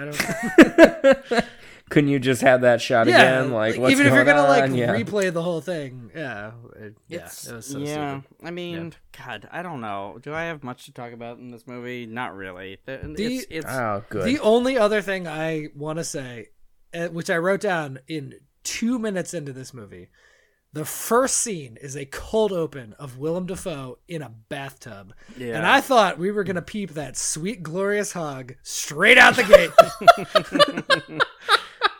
S5: don't.
S3: Couldn't you just have that shot
S5: yeah,
S3: again? Like,
S5: like,
S3: what's
S5: even if you're
S3: going
S5: gonna like
S3: on? Yeah.
S5: replay the whole thing, yeah, it, yeah,
S4: It's-
S5: it was so
S4: yeah.
S5: stupid.
S4: I mean, God, I don't know. Do I have much to talk about in this movie? Not really. The- it's, it's,
S3: oh, good.
S5: The only other thing I want to say, eh, which I wrote down in two minutes into this movie, the first scene is a cold open of Willem Dafoe in a bathtub.
S4: Yeah.
S5: And I thought we were going to peep that sweet, glorious hug straight out the gate.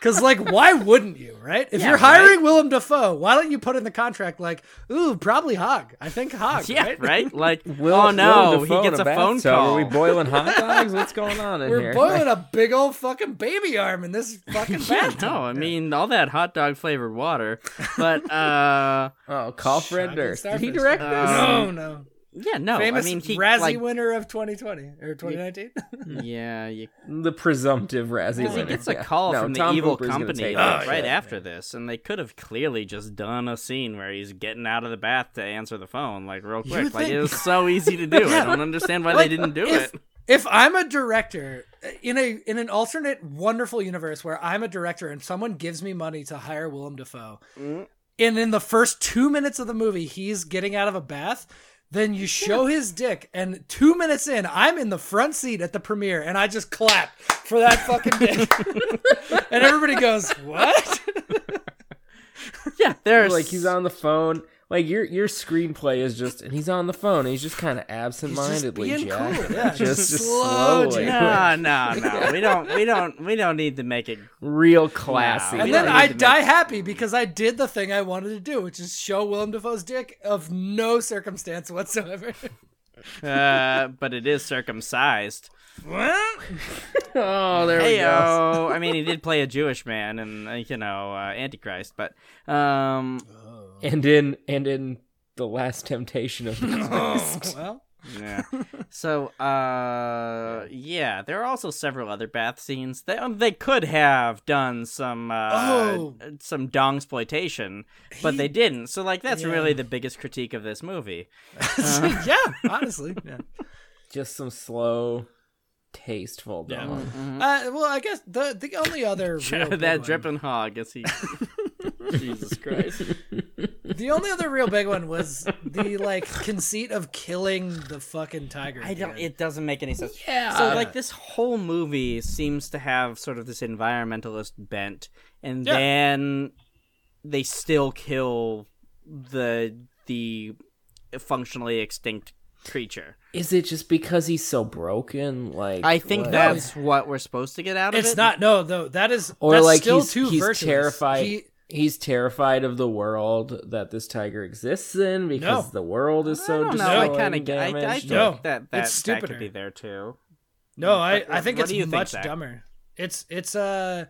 S5: Because, like, why wouldn't you, right? If you're hiring Willem Dafoe, why don't you put in the contract, like, ooh, probably hug? I think hug,
S4: yeah,
S5: right?
S4: right? Like,
S3: Will-
S4: oh no,
S3: Willem Dafoe
S4: he gets
S3: in
S4: a, phone
S3: bathtub.
S4: call.
S3: Are we boiling hot dogs? What's going on in
S5: We're
S3: here?
S5: boiling a big old fucking baby arm in this fucking bathtub.
S4: no, I mean all that hot dog flavored water, but uh,
S3: oh, call Fred
S5: Shocking
S3: Durst. Did
S5: starfish.
S3: he direct
S4: Uh,
S3: this? Oh,
S5: no, no.
S4: yeah, no,
S5: Famous
S4: I mean he
S5: Razzie
S4: like,
S5: winner of 2020 or 2019.
S4: yeah, you
S3: The presumptive Razzie
S4: Because he
S3: winner.
S4: gets a
S3: Yeah.
S4: call
S3: No,
S4: from the
S3: Tom
S4: evil
S3: Hooper's gonna
S4: company
S3: take
S4: like,
S3: that
S4: right
S3: shit.
S4: after this, and they could have clearly just done a scene where he's getting out of the bath to answer the phone, like real quick. Like it
S5: think-
S4: was so easy to do. I don't understand why they didn't do
S5: if,
S4: it.
S5: if I'm a director uh, in a in an alternate wonderful universe where I'm a director and someone gives me money to hire Willem Dafoe,
S3: Mm.
S5: and in the first two minutes of the movie he's getting out of a bath. Then you show his dick, and two minutes in, I'm in the front seat at the premiere, and I just clap for that fucking dick, and everybody goes, "What?"
S4: Yeah, there's
S3: Like he's on the phone. Like your your screenplay is just, and he's on the phone. And he's just kind of absentmindedly,
S5: being
S3: Jack.
S5: cool, yeah,
S3: just,
S5: just
S3: just
S5: slow,
S3: slowly,
S4: No, no, no. We don't. We don't. We don't need to make it.
S3: real classy.
S4: No.
S5: And
S4: We
S5: then
S4: don't
S5: I
S4: need to
S5: die happy because I did the thing I wanted to do, which is show Willem Dafoe's dick of no circumstance whatsoever.
S4: Uh, but it is circumcised.
S3: oh, there we go.
S4: Heyo. I mean, he did play a Jewish man, and uh, you know, uh, Antichrist. But um,
S3: And in and in the last temptation of the Christ.
S5: well,
S4: Yeah. so, uh, yeah, there are also several other bath scenes. They um, they could have done some uh,
S5: Oh.
S4: some dong exploitation, but they didn't. So, like, that's really the biggest critique of this movie.
S5: yeah, honestly. Yeah.
S3: just some slow, tasteful. dog.
S5: Uh, well, I guess the the only other real big
S4: Uh-huh. that
S5: one-
S4: dripping hog is he. Jesus Christ.
S5: the only other real big one was the like conceit of killing the fucking tiger.
S4: I don't.
S5: again.
S4: It doesn't make any sense. Yeah. So like this whole movie seems to have sort of this environmentalist bent, and
S5: Yeah.
S4: then they still kill the the functionally extinct creature.
S3: Is it just because he's so broken? Like
S4: I think
S3: what?
S4: that's what we're supposed to get out of it.
S5: It's not no though. That is
S3: or
S5: that's
S3: like
S5: still
S3: he's,
S5: too
S3: he's
S5: virtuous.
S3: terrified.
S5: He-
S3: he's terrified of the world that this tiger exists in because
S5: No.
S3: the world is
S4: I
S3: so
S4: don't know.
S3: destroyed
S4: I
S3: and
S4: kind of. I, I
S3: damaged.
S4: think
S5: No,
S4: that that,
S5: it's
S4: that could
S5: stupider.
S4: be there too.
S5: No, I,
S4: What-
S5: I think
S4: what
S5: it's
S4: do you think,
S5: much
S4: Zach?
S5: dumber. It's it's uh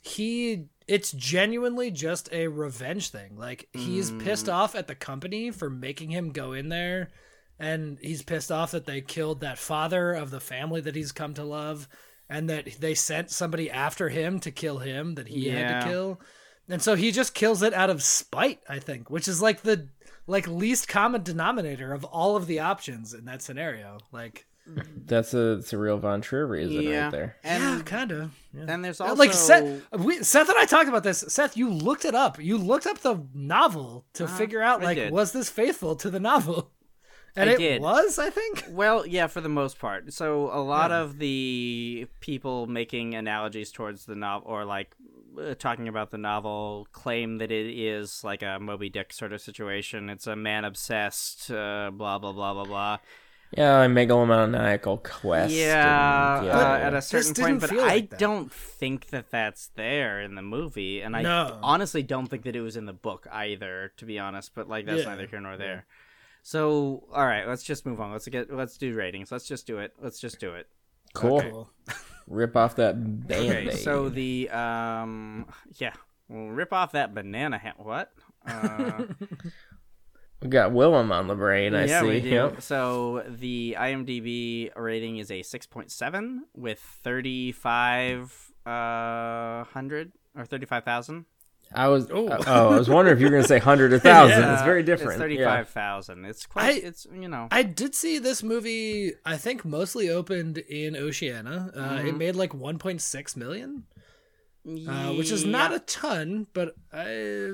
S5: he it's genuinely just a revenge thing. Like he's
S4: Mm.
S5: pissed off at the company for making him go in there and he's pissed off that they killed that father of the family that he's come to love and that they sent somebody after him to kill him that he had
S4: Yeah.
S5: to kill. And so he just kills it out of spite, I think, which is like the like least common denominator of all of the options in that scenario. Like
S3: That's a that's a real Von Trier reason right there.
S5: yeah,
S4: and
S5: kind of.
S4: and there's also
S5: like Seth, we, Seth and I talked about this. Seth, you looked it up. You looked up the novel to figure out
S4: I
S5: like
S4: did.
S5: was this faithful to the novel, and
S4: I
S5: it
S4: did.
S5: was. I think.
S4: Well, yeah, for the most part. So a lot of the people making analogies towards the novel or like uh, talking about the novel claim that it is like a Moby Dick sort of situation. It's a man obsessed, uh, blah blah blah blah blah.
S3: Yeah, a megalomaniacal quest.
S4: yeah,
S3: and-
S4: Uh, at a
S5: This
S4: certain
S5: didn't
S4: point, but
S5: feel
S4: I
S5: like that.
S4: don't think that that's there in the movie, and I
S5: No.
S4: honestly don't think that it was in the book either, to be honest. But like, that's
S5: Yeah.
S4: neither here nor there. So, all right, let's just move on. Let's get let's do ratings. Let's just do it. Let's just do it.
S3: cool.
S5: Cool.
S3: Rip off that band
S4: Okay, so the um, yeah, we'll rip off that banana hat. What? Uh,
S3: we got Willem on the brain. I
S4: yeah,
S3: see.
S4: we do.
S3: Yep.
S4: So the IMDb rating is a six point seven with thirty five uh hundred or thirty five thousand.
S3: I was
S5: Oh.
S3: uh, oh, I was wondering if you were going to say hundred or thousand.
S5: Yeah.
S3: It's very
S4: Uh, It's
S3: different. Yeah.
S4: thirty-five thousand. It's quite.
S5: I-
S4: it's you know.
S5: I did see this movie. I think mostly opened in Oceania. Uh, It made like 1.6 million, uh, which is not a ton, but I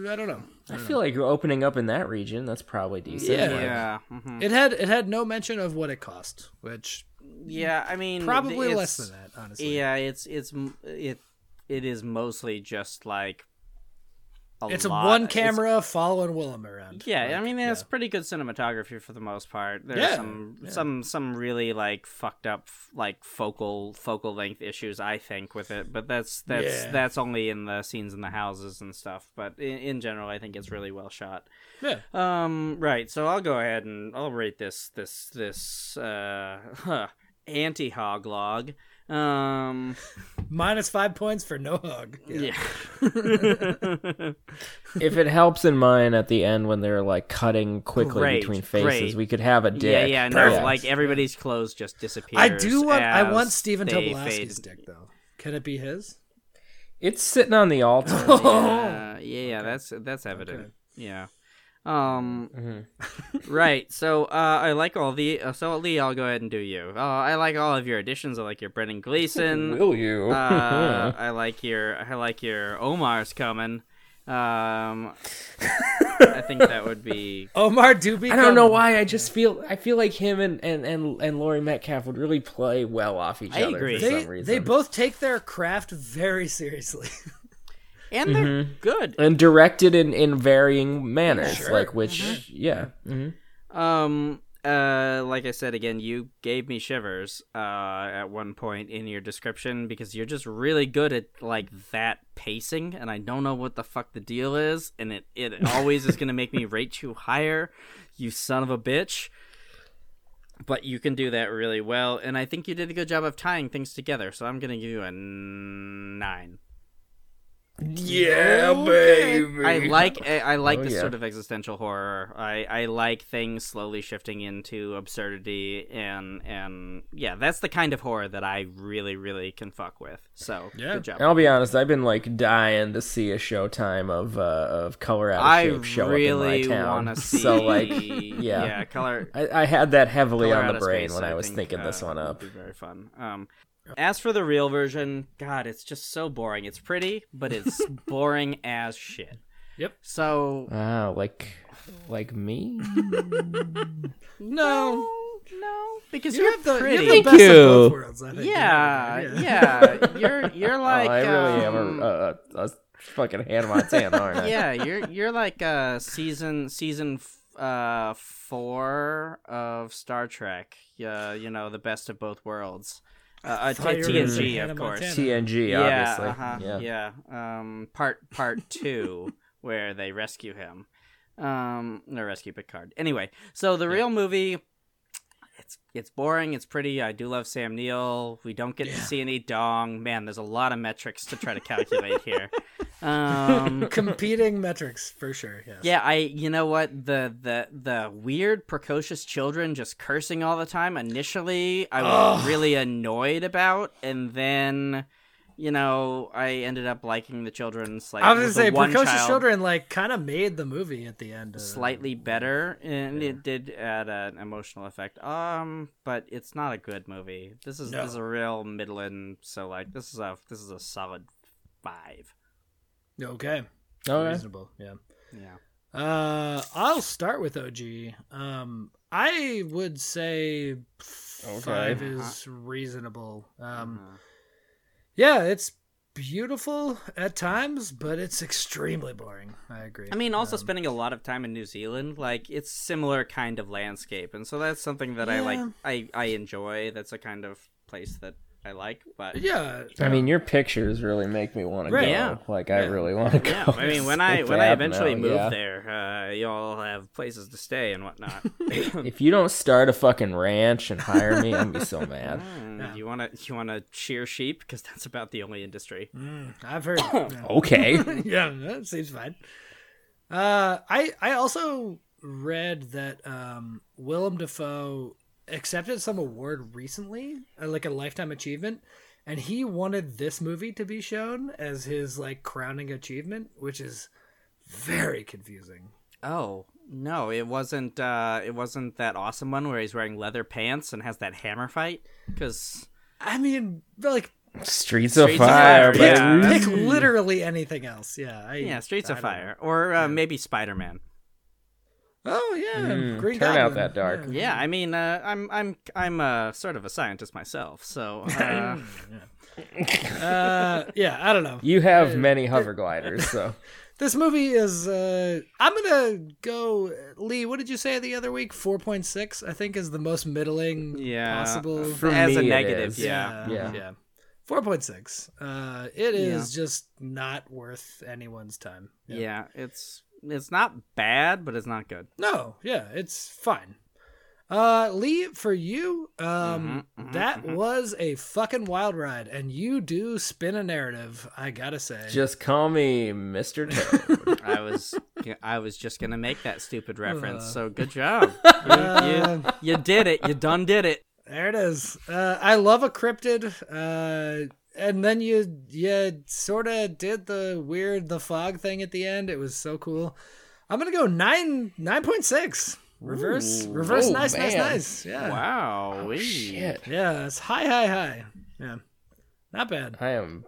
S5: I don't know.
S3: I feel like you're opening up in that region. That's probably decent.
S5: Yeah.
S3: Like,
S4: Mm. Yeah. mhm.
S5: It had it had no mention of what it cost, which
S4: Yeah. I mean,
S5: probably
S4: Mm, it's-
S5: less than that, honestly.
S4: Yeah. It's it's m- it it is mostly just like. A
S5: it's a
S4: lot-
S5: one
S4: it's-
S5: camera following Willem around.
S4: Yeah, I
S5: Like,
S4: mean it's pretty good cinematography for the most part. There's
S5: Yeah,
S4: some some some really like fucked up f- like focal focal length issues I think with it, but that's that's
S5: Yeah.
S4: that's only in the scenes in the houses and stuff. But in, in general, I think it's really well shot.
S5: Yeah.
S4: Um. Right. So I'll go ahead and I'll rate this this this uh huh, anti hog log. Um.
S5: minus five points for no hug.
S4: Yeah.
S3: If it helps in mine at the end when they're like cutting quickly
S4: Great,
S3: between faces,
S4: great.
S3: we could have a dick.
S4: Yeah, yeah, no,
S5: Perfect.
S4: like everybody's clothes just disappear.
S5: I do want I want Stephen
S4: Stephen
S5: Tobolowsky's dick though. Can it be his?
S3: It's sitting on the altar.
S4: yeah, yeah, that's that's evident. Yeah. Um. right. So uh, I like all the. Uh, so Lee, I'll go ahead and do you. Uh, I like all of your additions. I like your Brendan Gleeson.
S6: Will you?
S4: uh, I like your. I like your Omar's coming. Um. I think that would be.
S5: Omar Doobie.
S3: I don't know why. I just feel I feel like him and and and, and Laurie Metcalf would really play well off each
S4: I
S3: other
S4: agree.
S3: for
S5: They
S3: some reason.
S5: they both take their craft very seriously.
S4: And they're good.
S3: and directed in in varying manners, like which
S4: Mm-hmm.
S3: yeah.
S4: Um. Uh, like I said again, you gave me shivers uh, at one point in your description because you're just really good at like that pacing, and I don't know what the fuck the deal is, and it it always is gonna make me rate you higher, you son of a bitch. But you can do that really well, and I think you did a good job of tying things together. So I'm gonna give you a nine.
S6: yeah, baby.
S4: I like I, I like
S3: Oh,
S4: this
S3: yeah.
S4: sort of existential horror. I, I like things slowly shifting into absurdity and and yeah, that's the kind of horror that I really really can fuck with. So
S5: Yeah.
S4: good job.
S3: And I'll be honest, I've been like dying to see a showtime of uh, of color out of
S4: I
S3: shape show up
S4: really
S3: in my town.
S4: want to see
S3: So like,
S4: yeah. color
S3: I, I had that heavily
S4: Color
S3: on
S4: Out
S3: the
S4: of
S3: brain
S4: Space,
S3: when I, was
S4: think,
S3: thinking this
S4: uh,
S3: one up.
S4: Would be very fun. Um, as for the real version, God, it's just so boring. It's pretty, but it's boring as shit.
S5: Yep.
S4: So
S3: Ah, like like me. Oh,
S4: no, no, because
S5: You
S4: are
S5: have the, you have
S4: pretty.
S5: the best
S6: you.
S5: of both worlds, I think.
S4: Yeah, yeah. You're you're like
S3: oh, I really
S4: um,
S3: am a, uh, a, a, a fucking hand Montana, aren't I?
S4: yeah, you're you're like uh season season f- uh 4 of Star Trek. Yeah, you know, the best of both worlds. Uh, uh t-
S5: Fire
S4: TNG,
S5: and
S4: of course.
S5: Hannah
S3: TNG,
S4: Yeah,
S3: obviously.
S4: uh-huh,
S3: yeah.
S4: yeah. Um part part 2 where they rescue him. Um no rescue Picard. Anyway, so the real movie it's it's boring. It's pretty. I do love Sam Neill. We don't get to see any dong. Man, there's a lot of metrics to try to calculate here. Um,
S5: Competing metrics for sure. Yeah.
S4: yeah, I. You know what? The the the weird precocious children just cursing all the time. Initially, I was really annoyed about, and then. You know, I ended up liking the children slightly.
S5: I was gonna
S4: the
S5: say
S4: one
S5: precocious
S4: child
S5: children like kind of made the movie at the end. uh, Of,
S4: slightly better, and it did add an emotional effect. Um, but it's not a good movie. This is this is a real midland. So like, this is a this is a solid five.
S5: Okay.
S3: Okay.
S5: Reasonable. Yeah.
S4: Yeah.
S5: Uh, I'll start with OG. Um, I would say five is
S4: Uh-huh.
S5: reasonable. Um, yeah, it's beautiful at times, but it's extremely boring. I agree. Um,
S4: I mean,
S3: um,
S4: also spending a lot of time in New Zealand, like it's similar kind of landscape, and so that's something that I like. I I enjoy. That's a kind of place that I like. But
S5: yeah,
S3: I mean, your pictures really make me want to
S5: Right.
S3: go.
S4: Yeah.
S3: Like, I really want to go.
S4: Yeah, I mean, when I
S3: If
S4: when
S3: they
S4: I
S3: have
S4: eventually
S3: now,
S4: move
S3: yeah.
S4: there, uh, y'all have places to stay and whatnot.
S3: If you don't start a fucking ranch and hire me, I'm gonna be so mad.
S4: Mm, You wanna you wanna shear sheep because that's about the only industry.
S3: Mm.
S5: I've heard. yeah.
S3: Okay.
S5: yeah, that seems fine. Uh, I I also read that um, Willem Dafoe accepted some award recently, uh, like a lifetime achievement, and he wanted this movie to be shown as his like crowning achievement, which is very confusing.
S4: Oh no, it wasn't. Uh, it wasn't that awesome one where he's wearing leather pants and has that hammer fight. Because
S5: I mean, like
S3: Streets,
S4: Streets
S3: of
S4: of
S3: Fire.
S4: Fire, yeah.
S3: baby.
S5: pick literally anything else. Yeah, I,
S4: Hmm. yeah, Streets
S5: I
S4: of
S5: don't know.
S4: Fire or uh, maybe Spider Man.
S5: Oh yeah, Green
S3: Hmm, turn out
S5: Goblin.
S3: that dark.
S5: Yeah.
S4: Yeah, I mean, uh, I'm I'm I'm uh, sort of a scientist myself, so uh,
S5: Uh, yeah, I don't know.
S3: You have many hover gliders, so
S5: This movie is. Uh, I'm gonna go. Lee, what did you say the other week? Four point six, I think, is the most middling
S4: Yeah. uh,
S5: possible.
S3: For
S4: as a
S3: me it
S4: negative,
S3: is.
S4: yeah.
S3: Yeah.
S5: yeah. Four point six. Uh, it is just not worth anyone's time.
S4: yeah, It's it's not bad, but it's not good.
S5: No, yeah, it's fine. Uh, Lee, for you, um,
S4: Mm-hmm,
S5: that was a fucking wild ride, and you do spin a narrative. I gotta say,
S3: just call me Mr. Toad.
S4: I was I was just gonna make that stupid reference, so good job.
S5: Uh,
S4: You, you did it. You done did it.
S5: there it is. Uh, I love a cryptid. Uh, and then you you sort of did the weird the fog thing at the end. It was so cool. I'm gonna go nine nine point six. Reverse, reverse,
S3: Oh,
S5: nice, nice,
S3: man.
S5: nice. Yeah,
S4: Wow.
S3: Shit.
S5: yeah, it's high, high, high. Yeah, not bad.
S3: I am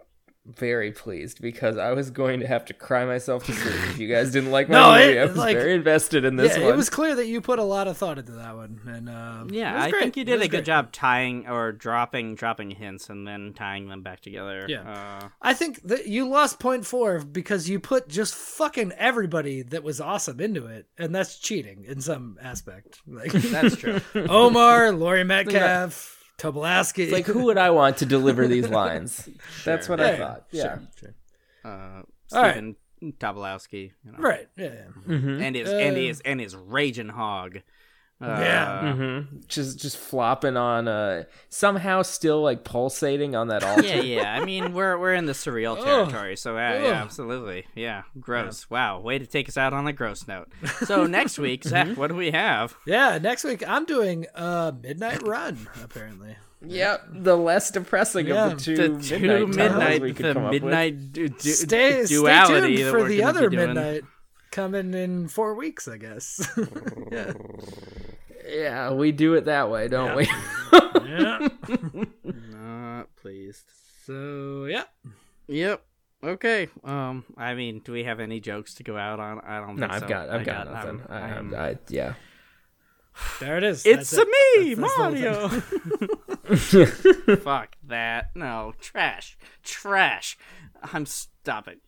S3: very pleased because I was going to have to cry myself to sleep if you guys didn't like my
S5: No,
S3: movie.
S5: it-
S3: I was
S5: like-
S3: very invested in this
S5: yeah,
S3: one.
S5: it was clear that you put a lot of thought into that one, and um, it
S4: Yeah,
S5: was
S4: I
S5: great.
S4: think you
S5: It
S4: did
S5: was
S4: a good
S5: great.
S4: job tying or dropping dropping hints and then tying them back together.
S5: Yeah.
S4: Uh,
S5: I think that you lost point four because you put just fucking everybody that was awesome into it, and that's cheating in some aspect. Like
S4: that's true.
S5: Omar, Laurie Metcalf, Toblaski.
S3: like, who would I want to deliver these lines? That's what I
S5: Yeah,
S3: thought. Yeah.
S4: Uh,
S5: All right.
S4: Stephen Tobolowsky, you know,
S5: right? Yeah, yeah.
S3: Mm-hmm.
S4: and his and his and his raging hog. Uh,
S5: Yeah.
S3: hmm Just just flopping on uh somehow still like pulsating on that altar.
S4: yeah, yeah. I mean, we're we're in the surreal territory, so uh,
S5: Ugh.
S4: yeah, absolutely. Yeah, gross. Wow, way to take us out on a gross note. So next week, Zach,
S3: Mm-hmm.
S4: what do we have?
S5: Yeah, Next week I'm doing uh, Midnight Run. Apparently,
S3: Yep, the less depressing
S5: Yeah.
S3: of the two, midnight,
S4: The two
S3: titles
S4: midnight,
S3: we could
S4: the
S3: come up with.
S4: midnight du- du-
S5: stay
S4: duality
S5: stay tuned
S4: that
S5: for
S4: we're
S5: the
S4: gonna
S5: other
S4: be doing.
S5: Midnight coming in four weeks, I guess. yeah.
S3: Yeah, we do it that way, don't we?
S5: yeah.
S4: Not pleased.
S5: So yeah.
S4: Yep. Okay. Um. I mean, do we have any jokes to go out on? I don't.
S3: no,
S4: think
S3: I've
S4: so.
S3: got, I've
S4: I
S3: got, nothing.
S4: I'm-
S3: I,
S4: I'm-
S3: I'm, I, yeah.
S5: There it is.
S4: It's
S5: That's
S4: a
S5: it.
S4: me,
S5: That's the whole thing.
S4: Mario. Fuck that. No, trash. Trash. I'm stop it.